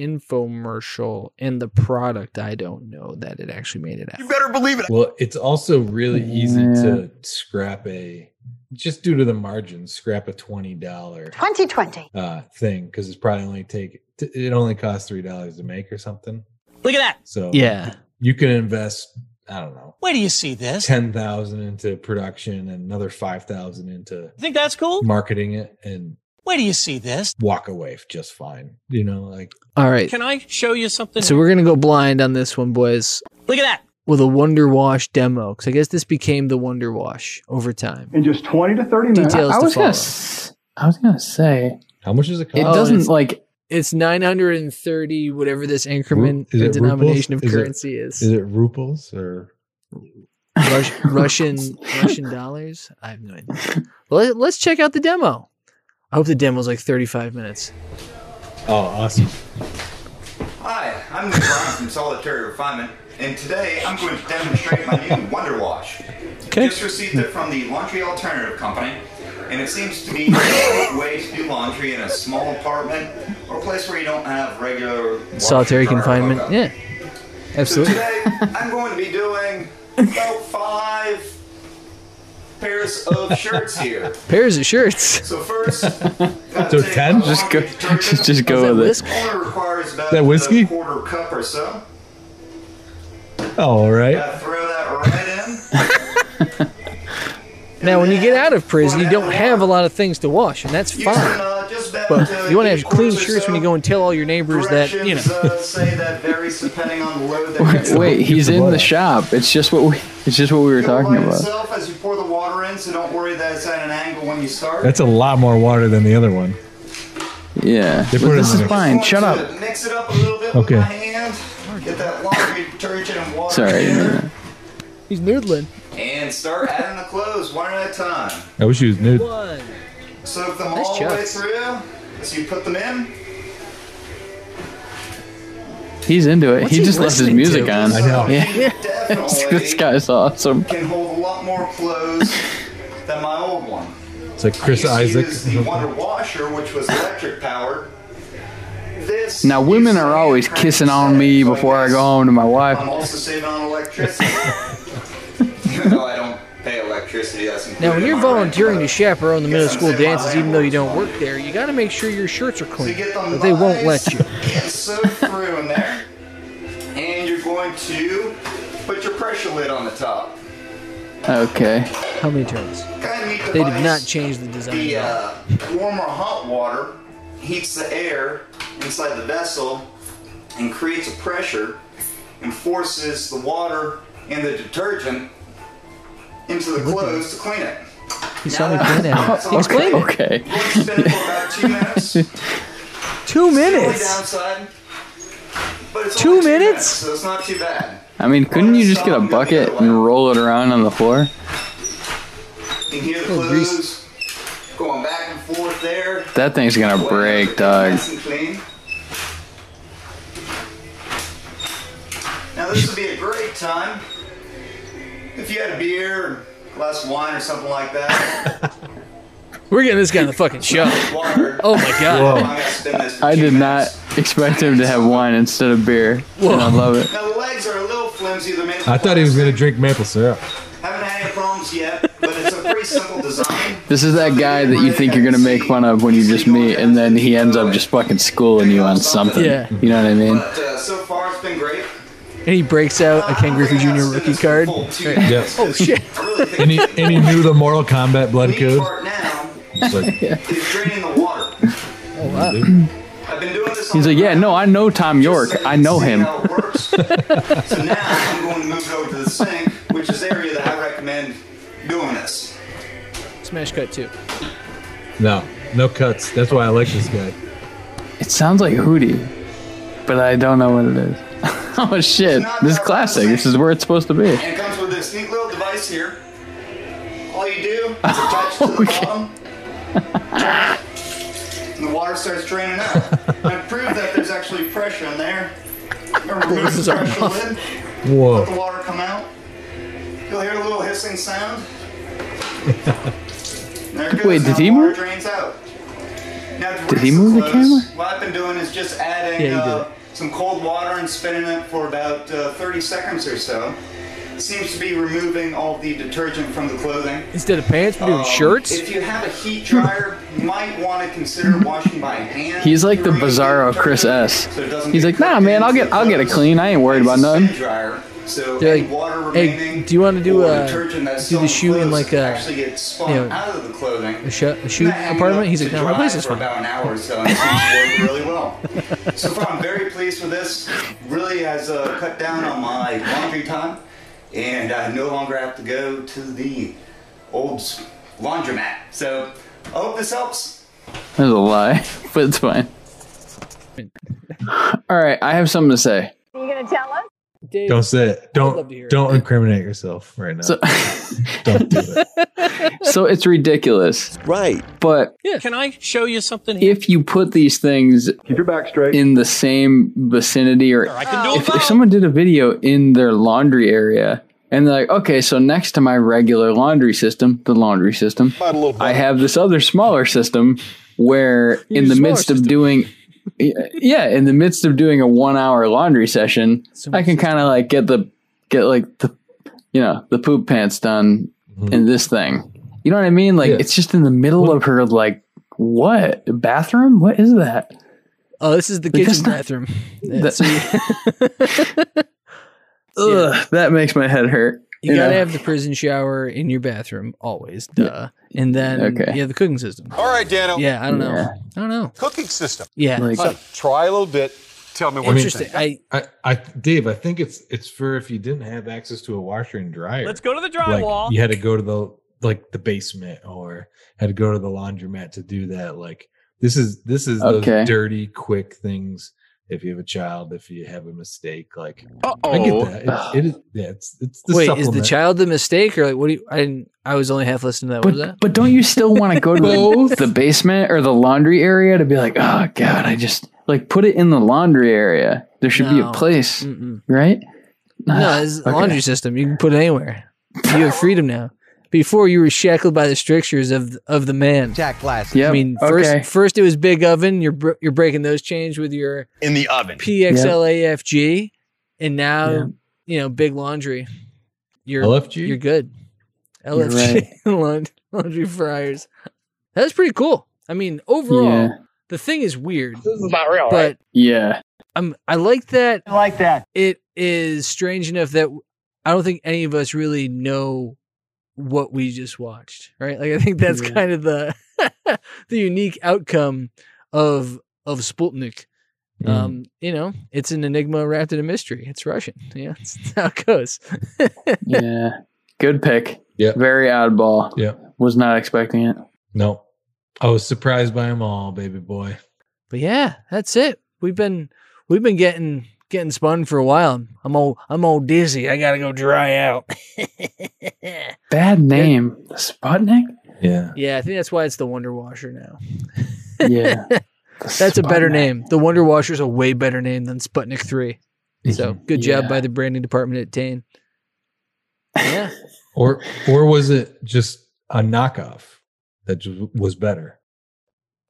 Speaker 8: infomercial and the product, I don't know that it actually made it out.
Speaker 5: better believe it.
Speaker 10: Well, it's also really easy
Speaker 8: Yeah.
Speaker 10: to scrap a just due to the margins, scrap a twenty dollar
Speaker 16: 2020.
Speaker 10: uh, thing because it's probably only take it only costs three dollars to make or something.
Speaker 3: Look at that.
Speaker 10: So
Speaker 8: Yeah.
Speaker 10: you can invest I don't know.
Speaker 3: Where do you see this?
Speaker 10: Ten thousand into production and another five thousand into
Speaker 3: You think that's cool?
Speaker 10: marketing it and
Speaker 3: Where do you see this?
Speaker 10: walk away just fine. You know, like
Speaker 8: All right.
Speaker 3: Can I show you something?
Speaker 8: So we're gonna go blind on this one, boys.
Speaker 3: Look at that.
Speaker 8: With a Wonder Wash demo, because I guess this became the Wonder Wash over time.
Speaker 20: In just 20 to 30 minutes.
Speaker 8: Details
Speaker 9: I
Speaker 8: to
Speaker 9: was
Speaker 8: follow.
Speaker 9: gonna. s- I was gonna say. oh,
Speaker 10: How much does it
Speaker 9: It
Speaker 8: cost?
Speaker 9: doesn't
Speaker 8: It's-
Speaker 9: like.
Speaker 8: It's nine hundred and thirty, whatever this increment
Speaker 10: Ru- is
Speaker 8: or
Speaker 10: it
Speaker 8: denomination
Speaker 10: ruples?
Speaker 8: of
Speaker 10: Is it-
Speaker 8: currency is.
Speaker 10: is it ruples or
Speaker 8: Rush, Russian Russian dollars? I have no idea. Let, let's check out the demo. I hope the demo's like thirty-five minutes.
Speaker 10: Oh, awesome!
Speaker 5: Hi, I'm Nick Ryan from Solitary Refinement, and today I'm going to demonstrate my new Wonder Wash. Just received it from the Laundry Alternative Company, and it seems to be a great way to do laundry in a small apartment or a place where you don't have regular washer
Speaker 8: Solitary
Speaker 5: dryer
Speaker 8: confinement.
Speaker 5: hookup.
Speaker 8: Yeah, absolutely.
Speaker 5: So today I'm going to be doing about five pairs of shirts here.
Speaker 8: Pairs of shirts.
Speaker 5: So first,
Speaker 10: So ten? (laughs) Just
Speaker 9: go. (laughs) Just go with it.
Speaker 5: corner requires about
Speaker 10: That whiskey?
Speaker 5: a quarter cup or so.
Speaker 10: Oh, All right.
Speaker 5: Gotta throw that right in.
Speaker 8: (laughs) Now, when you get out of prison, you don't have a lot of things to wash, and that's fine. But you want to have clean shirts when you go and tell all your neighbors that you
Speaker 5: Directions, uh,
Speaker 8: know.
Speaker 5: say that varies depending on the load
Speaker 8: (laughs)
Speaker 5: that
Speaker 9: (laughs)
Speaker 5: you're
Speaker 9: Wait,
Speaker 5: doing.
Speaker 9: he's in the shop. It's just what we. It's just what we were talking
Speaker 5: By
Speaker 9: about.
Speaker 5: itself as you pour the water in, so don't worry that it's at an angle when you start.
Speaker 10: That's a lot more water than the other one.
Speaker 9: Yeah,
Speaker 10: They put it
Speaker 9: this
Speaker 10: in
Speaker 9: is
Speaker 10: the-
Speaker 9: fine. Shut up.
Speaker 5: Mix it up a little bit
Speaker 10: Okay.
Speaker 5: with my hand. Get that laundry detergent and water
Speaker 9: Sorry.
Speaker 5: together,
Speaker 8: He's noodling.
Speaker 5: and start adding the clothes one at a time.
Speaker 10: I wish he was nude.
Speaker 8: One.
Speaker 5: Soak them
Speaker 8: Nice
Speaker 5: all the way
Speaker 8: choice.
Speaker 5: through. So you put them in.
Speaker 9: He's into it.
Speaker 5: What's
Speaker 9: he
Speaker 5: he
Speaker 9: just left his
Speaker 5: listening
Speaker 9: music
Speaker 5: to?
Speaker 9: on.
Speaker 5: I know.
Speaker 9: Yeah. (laughs) this guy's awesome.
Speaker 5: Can hold a lot more
Speaker 9: (laughs)
Speaker 5: clothes than my old one.
Speaker 10: It's like Chris
Speaker 5: I used to
Speaker 10: Isaac.
Speaker 5: use the Wonder Washer, which was electric powered. This
Speaker 9: Now women are always kissing on me before I go home to my
Speaker 5: I'm
Speaker 9: wife.
Speaker 5: also saving on
Speaker 9: (laughs)
Speaker 5: electricity. even though I don't pay electricity, that's included.
Speaker 8: Now, when
Speaker 5: in
Speaker 8: you're
Speaker 5: my rent.
Speaker 8: volunteering to chaperone the middle school dances, even though you don't work there, you got to make sure your shirts are clean. But they won't
Speaker 5: (laughs)
Speaker 8: let you.
Speaker 5: Get soaked through in there, and you're going to put your pressure lid on the top.
Speaker 9: Okay.
Speaker 8: How many turns?
Speaker 5: Kind of neat
Speaker 8: They did
Speaker 5: device.
Speaker 8: not change the design.
Speaker 5: The
Speaker 8: at all.
Speaker 5: uh, warm or hot water heats the air inside the vessel and creates a pressure and forces the water and the detergent into the clothes to clean it.
Speaker 8: He saw me playing that. He explained it.
Speaker 9: Okay.
Speaker 8: (laughs) Two
Speaker 5: Only
Speaker 8: minutes.
Speaker 5: downside, but it's
Speaker 8: Two
Speaker 5: only
Speaker 8: minutes?
Speaker 5: so it's not too bad.
Speaker 9: I mean, couldn't you just get a bucket and roll it around on the floor?
Speaker 5: You can hear the clothes going back and forth there.
Speaker 9: That thing's gonna break, Doug.
Speaker 5: Nice and clean. Now this would be a great time if you had a beer, or glass of wine, or something like that.
Speaker 8: We're getting this guy in the fucking show. Oh my god.
Speaker 9: I did not expect him to have wine instead of beer. And I love it.
Speaker 5: Now the legs are a little flimsy. They're made of
Speaker 10: I thought he was gonna drink maple syrup.
Speaker 5: haven't had any problems yet, but it's a pretty simple design.
Speaker 9: This is that guy that you think you're gonna make fun of when you just meet, and then he ends up just fucking schooling you on something.
Speaker 8: Yeah.
Speaker 9: You know what I mean?
Speaker 5: But uh, so far it's been great.
Speaker 8: And he breaks out a Ken Griffey Jr. rookie card.
Speaker 10: Yeah.
Speaker 8: Oh shit.
Speaker 10: And he, and he knew the Mortal Kombat blood code. It's like,
Speaker 5: It's draining the water.
Speaker 8: Oh wow.
Speaker 9: He's like, yeah, no, I know Tom York. I know him.
Speaker 8: (laughs)
Speaker 5: So now I'm going to move it over to the sink, which is the area that I recommend doing this.
Speaker 8: Smash cut two.
Speaker 10: no, no cuts. That's why I like this guy.
Speaker 9: It sounds like Hootie, but I don't know what it is. (laughs) oh shit! This is classic. This is where it's supposed to be.
Speaker 5: And it comes with this neat little device here. All you do is
Speaker 9: (laughs)
Speaker 5: attach it to the bottom. And the water starts draining out. I prove that there's actually pressure in there. Remove
Speaker 8: Balloons
Speaker 5: the
Speaker 8: are
Speaker 5: pressure
Speaker 8: off.
Speaker 5: lid. Let the
Speaker 10: Whoa.
Speaker 5: water come out. You'll hear a little hissing
Speaker 9: (laughs)
Speaker 5: sound. And There it goes.
Speaker 9: Wait,
Speaker 5: Now
Speaker 9: did
Speaker 5: the
Speaker 9: he
Speaker 5: water
Speaker 9: move?
Speaker 5: drains out. Now to
Speaker 9: Did
Speaker 5: rinse
Speaker 9: he move the
Speaker 5: clothes, What I've been doing is just
Speaker 8: Yeah,
Speaker 5: adding
Speaker 8: he did
Speaker 5: uh, some cold water and spinning it for about uh, 30 seconds or so. Seems to be removing all the detergent from the clothing.
Speaker 8: Instead of pants, we're doing
Speaker 5: Um,
Speaker 8: shirts.
Speaker 5: If you have a heat dryer, you might want to consider washing by hand.
Speaker 9: He's like the Bizarro Chris S. He's like, nah, man, I'll get, I'll get it clean. I ain't worried about nothing.
Speaker 5: Dryer. So
Speaker 8: They're
Speaker 5: any
Speaker 8: like,
Speaker 5: water
Speaker 8: "Hey,
Speaker 5: remaining
Speaker 8: do you wanna
Speaker 5: or
Speaker 8: do, uh,
Speaker 5: detergent that's
Speaker 8: do
Speaker 5: still
Speaker 8: the shoe in,
Speaker 5: clothes
Speaker 8: like, a,
Speaker 5: actually gets spun
Speaker 8: you know,
Speaker 5: out of the clothing?
Speaker 8: a, sho- a shoe
Speaker 5: Not hanging
Speaker 8: apartment?
Speaker 5: up
Speaker 8: He's
Speaker 5: to
Speaker 8: like, no, my
Speaker 5: dry
Speaker 8: place is
Speaker 5: for
Speaker 8: fine.
Speaker 5: About an hour or so, and it seems to work really well. So far, I'm very pleased with this. Really has uh, cut down on my laundry time, and I no longer have to go to the old s- laundromat. So I hope this helps.
Speaker 9: That's a lie, (laughs) but it's fine. All right, I have something to say.
Speaker 16: Are you going to tell us?
Speaker 10: Don't say it.
Speaker 8: love to hear
Speaker 10: Don't
Speaker 8: it.
Speaker 10: don't incriminate yourself right now.
Speaker 9: So,
Speaker 8: (laughs)
Speaker 10: don't do it.
Speaker 9: so it's ridiculous, right? But
Speaker 3: Yeah. Can I show you something here?
Speaker 9: if you put these things keep your back straight in the same vicinity or
Speaker 3: I can do
Speaker 9: if, if someone did a video in their laundry area and they're like okay so next to my regular laundry system the laundry system i have this other smaller system where in the midst of doing yeah in the midst of doing a one hour laundry session i can kind of like get the get like the you know the poop pants done
Speaker 8: Mm-hmm.
Speaker 9: in this thing you know what i mean like
Speaker 10: Yeah.
Speaker 9: it's just in the middle of her like what bathroom what is that
Speaker 8: Oh, this is the
Speaker 9: Like, that's
Speaker 8: kitchen
Speaker 9: not-
Speaker 8: bathroom. Yeah,
Speaker 9: that,
Speaker 8: so you,
Speaker 9: Ugh, that makes my head hurt.
Speaker 8: you
Speaker 9: You
Speaker 8: gotta
Speaker 9: know?
Speaker 8: have the prison shower in your bathroom always, duh. And then
Speaker 9: Okay.
Speaker 8: you have the cooking system.
Speaker 21: All right, Dano.
Speaker 8: Yeah, I don't know.
Speaker 21: Yeah.
Speaker 8: I don't know.
Speaker 21: Cooking system.
Speaker 8: Yeah. Like-
Speaker 21: Son, try a little bit. Tell me what you
Speaker 8: Interesting.
Speaker 21: think.
Speaker 8: I,
Speaker 10: I, I, Dave, I think it's it's for if you didn't have access to a washer and dryer.
Speaker 22: Let's go to the drywall.
Speaker 10: Like, you had to go to the like the basement or had to go to the laundromat to do that. Like this is this is
Speaker 9: Okay.
Speaker 10: those dirty, quick things. If you have a child, if you have a mistake, like I
Speaker 9: Uh-oh.
Speaker 10: get that. It, it is yeah, it's it's the
Speaker 8: Wait,
Speaker 10: supplement.
Speaker 8: is the child the mistake or like what do you I didn't I was only half listening to that. What was that?
Speaker 9: But, but don't you still want to go to the, the basement or the laundry area to be like, oh god, I just like put it in the laundry area. There should be
Speaker 8: No.
Speaker 9: a place, (sighs)
Speaker 8: Mm-mm.
Speaker 9: right? Ah,
Speaker 8: No, it's a
Speaker 9: Okay.
Speaker 8: laundry system. You can put it anywhere. You have freedom now. Before you were shackled by the strictures of of the man. Jack Glass.
Speaker 9: Yep,
Speaker 8: I mean, first
Speaker 9: okay.
Speaker 8: first it was big oven. You're br- you're breaking those chains with your
Speaker 21: In the oven.
Speaker 8: PXLAFG, and now
Speaker 21: Yeah.
Speaker 8: you know big laundry. You're
Speaker 10: LFG?
Speaker 8: You're good.
Speaker 10: You're
Speaker 8: (laughs) LFG laun- laundry fryers. That's pretty cool. I mean, overall,
Speaker 9: Yeah.
Speaker 8: the thing is weird. This
Speaker 9: is not real,
Speaker 8: but
Speaker 9: Yeah.
Speaker 8: um, I like that. I like that. It is strange enough that I don't think any of us really know what we just watched, right? Like I think that's
Speaker 1: Yeah.
Speaker 8: kind of the (laughs) the unique outcome of of Sputnik.
Speaker 10: Mm,
Speaker 8: Um, you know, it's an enigma wrapped in a mystery. It's Russian. (laughs) Yeah, that's how it goes.
Speaker 9: yeah. Good pick.
Speaker 10: Yeah.
Speaker 9: Very oddball.
Speaker 10: Yeah.
Speaker 9: Was not expecting it.
Speaker 10: no, I was surprised by them all, baby boy.
Speaker 8: But yeah, that's it. We've been we've been getting getting spun for a while. I'm all I'm all dizzy. I gotta go dry out. (laughs)
Speaker 9: Bad name. Sputnik?
Speaker 10: Yeah.
Speaker 8: yeah, I think that's why it's the Wonder Washer now. (laughs)
Speaker 9: Yeah.
Speaker 8: That's a better
Speaker 9: Sputnik.
Speaker 8: name. The Wonder Washer's a way better name than Sputnik 3. So
Speaker 10: Mhm.
Speaker 8: good job
Speaker 9: Yeah.
Speaker 8: by the branding department at Tane. Yeah.
Speaker 10: Or or was it just a knockoff that ju- was better?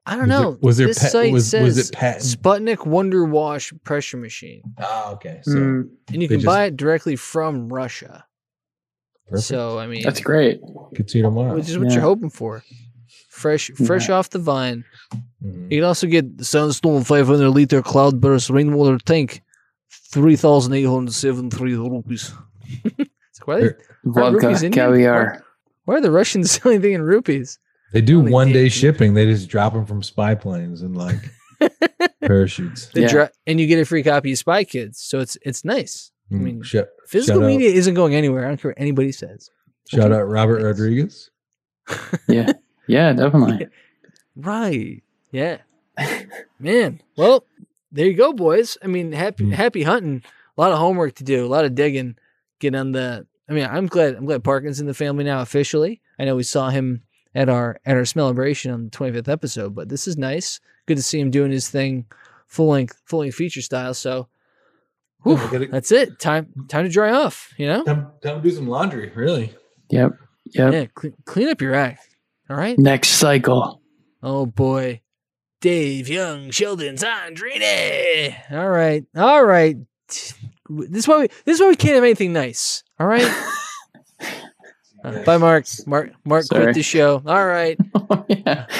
Speaker 8: I
Speaker 10: Was
Speaker 8: don't
Speaker 10: it-
Speaker 8: know.
Speaker 10: was there
Speaker 8: this
Speaker 10: pat-
Speaker 8: site
Speaker 10: was-
Speaker 8: says
Speaker 10: was it patent?
Speaker 8: Sputnik Wonder Wash pressure machine.
Speaker 10: Oh, okay.
Speaker 9: so Mm.
Speaker 8: and you
Speaker 10: they
Speaker 8: can
Speaker 10: just-
Speaker 8: buy it directly from Russia.
Speaker 10: Perfect.
Speaker 8: So I mean
Speaker 9: That's great.
Speaker 10: Could see you tomorrow.
Speaker 8: which is what you're hoping for. Fresh, fresh off the vine.
Speaker 10: Mm-hmm.
Speaker 8: You can also get the Sunstone 500 liter cloudburst rainwater tank, 3,873 rupees. (laughs) it's quite a- are
Speaker 9: Vodka,
Speaker 8: rupees Indian?
Speaker 9: caviar.
Speaker 8: Why, why are the Russians (laughs) selling anything in rupees?
Speaker 10: They do one day shipping. They just drop them from spy planes and
Speaker 8: (laughs)
Speaker 10: like parachutes.
Speaker 8: They dri- and you get a free copy of Spy Kids, so it's it's nice. I
Speaker 10: Mm,
Speaker 8: mean,
Speaker 10: sh- shout
Speaker 8: physical
Speaker 10: out-
Speaker 8: media isn't going anywhere. I don't care what anybody says.
Speaker 10: Shout out Robert Rodriguez.
Speaker 9: yeah.
Speaker 8: (laughs)
Speaker 9: Yeah, definitely.
Speaker 8: Right.
Speaker 10: (laughs)
Speaker 8: Yeah. Man. Well, there you go, boys. I mean, happy
Speaker 10: Mm.
Speaker 8: happy hunting. A lot of homework to do. A lot of digging. Getting on the. I mean, I'm glad. I'm glad Parkin's in the family now officially. I know we saw him at our at our celebration on the 25th episode, but this is nice. Good to see him doing his thing, full length, full length feature style. So. whew, that's it. Time time to dry off. You know.
Speaker 10: Time, time to do some laundry. Really.
Speaker 9: Yep. Yep. Mm.
Speaker 8: Yeah. Clean, clean up your act. All right.
Speaker 9: Next cycle.
Speaker 8: Oh boy. Dave Young, Sheldon Sandrini. All right. All right. This is why we this is why we can't have anything nice. All
Speaker 9: (laughs)
Speaker 8: right. Uh, bye, Mark. Mark Mark
Speaker 9: Sorry.
Speaker 8: quit the show. All right.
Speaker 9: (laughs)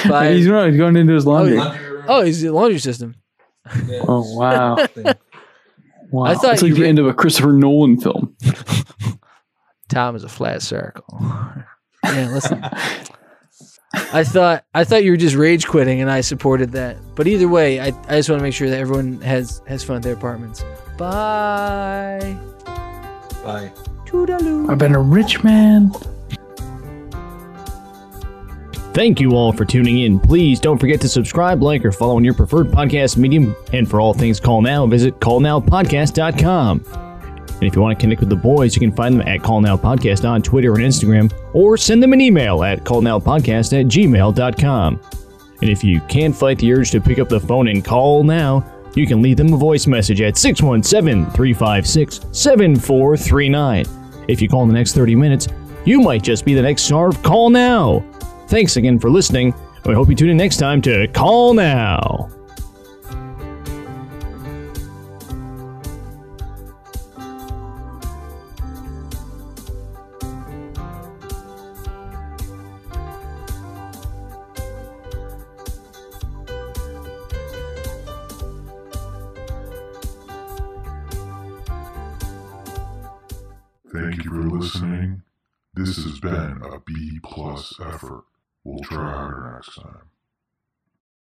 Speaker 9: But he's not. He's going into his
Speaker 8: Oh,
Speaker 9: laundry. (laughs)
Speaker 8: he- oh, he's the laundry system.
Speaker 9: Oh wow. Oh, Wow.
Speaker 8: I thought
Speaker 9: it's like
Speaker 8: you
Speaker 9: the
Speaker 8: re-
Speaker 9: end of a Christopher Nolan film.
Speaker 8: Time is a flat circle. Yeah, listen. I thought I thought you were just rage quitting, and I supported that. But either way, I, I just want to make sure that everyone has has fun at their apartments. Bye.
Speaker 10: Bye.
Speaker 9: I've been a rich man.
Speaker 1: Thank you all for tuning in. Please don't forget to subscribe, like, or follow on your preferred podcast medium. And for all things Call Now, visit callnowpodcast.com. And if you want to connect with the boys, you can find them at Call Now Podcast on Twitter and Instagram, or send them an email at callnowpodcast at gmail.com. And if you can't fight the urge to pick up the phone and call now, you can leave them a voice message at 617 356 7439. If you call in the next 30 minutes, you might just be the next star of Call Now. Thanks again for listening, and we hope you tune in next time to Call Now.
Speaker 7: Thank you for listening. This has been a B plus effort. We'll try harder next time.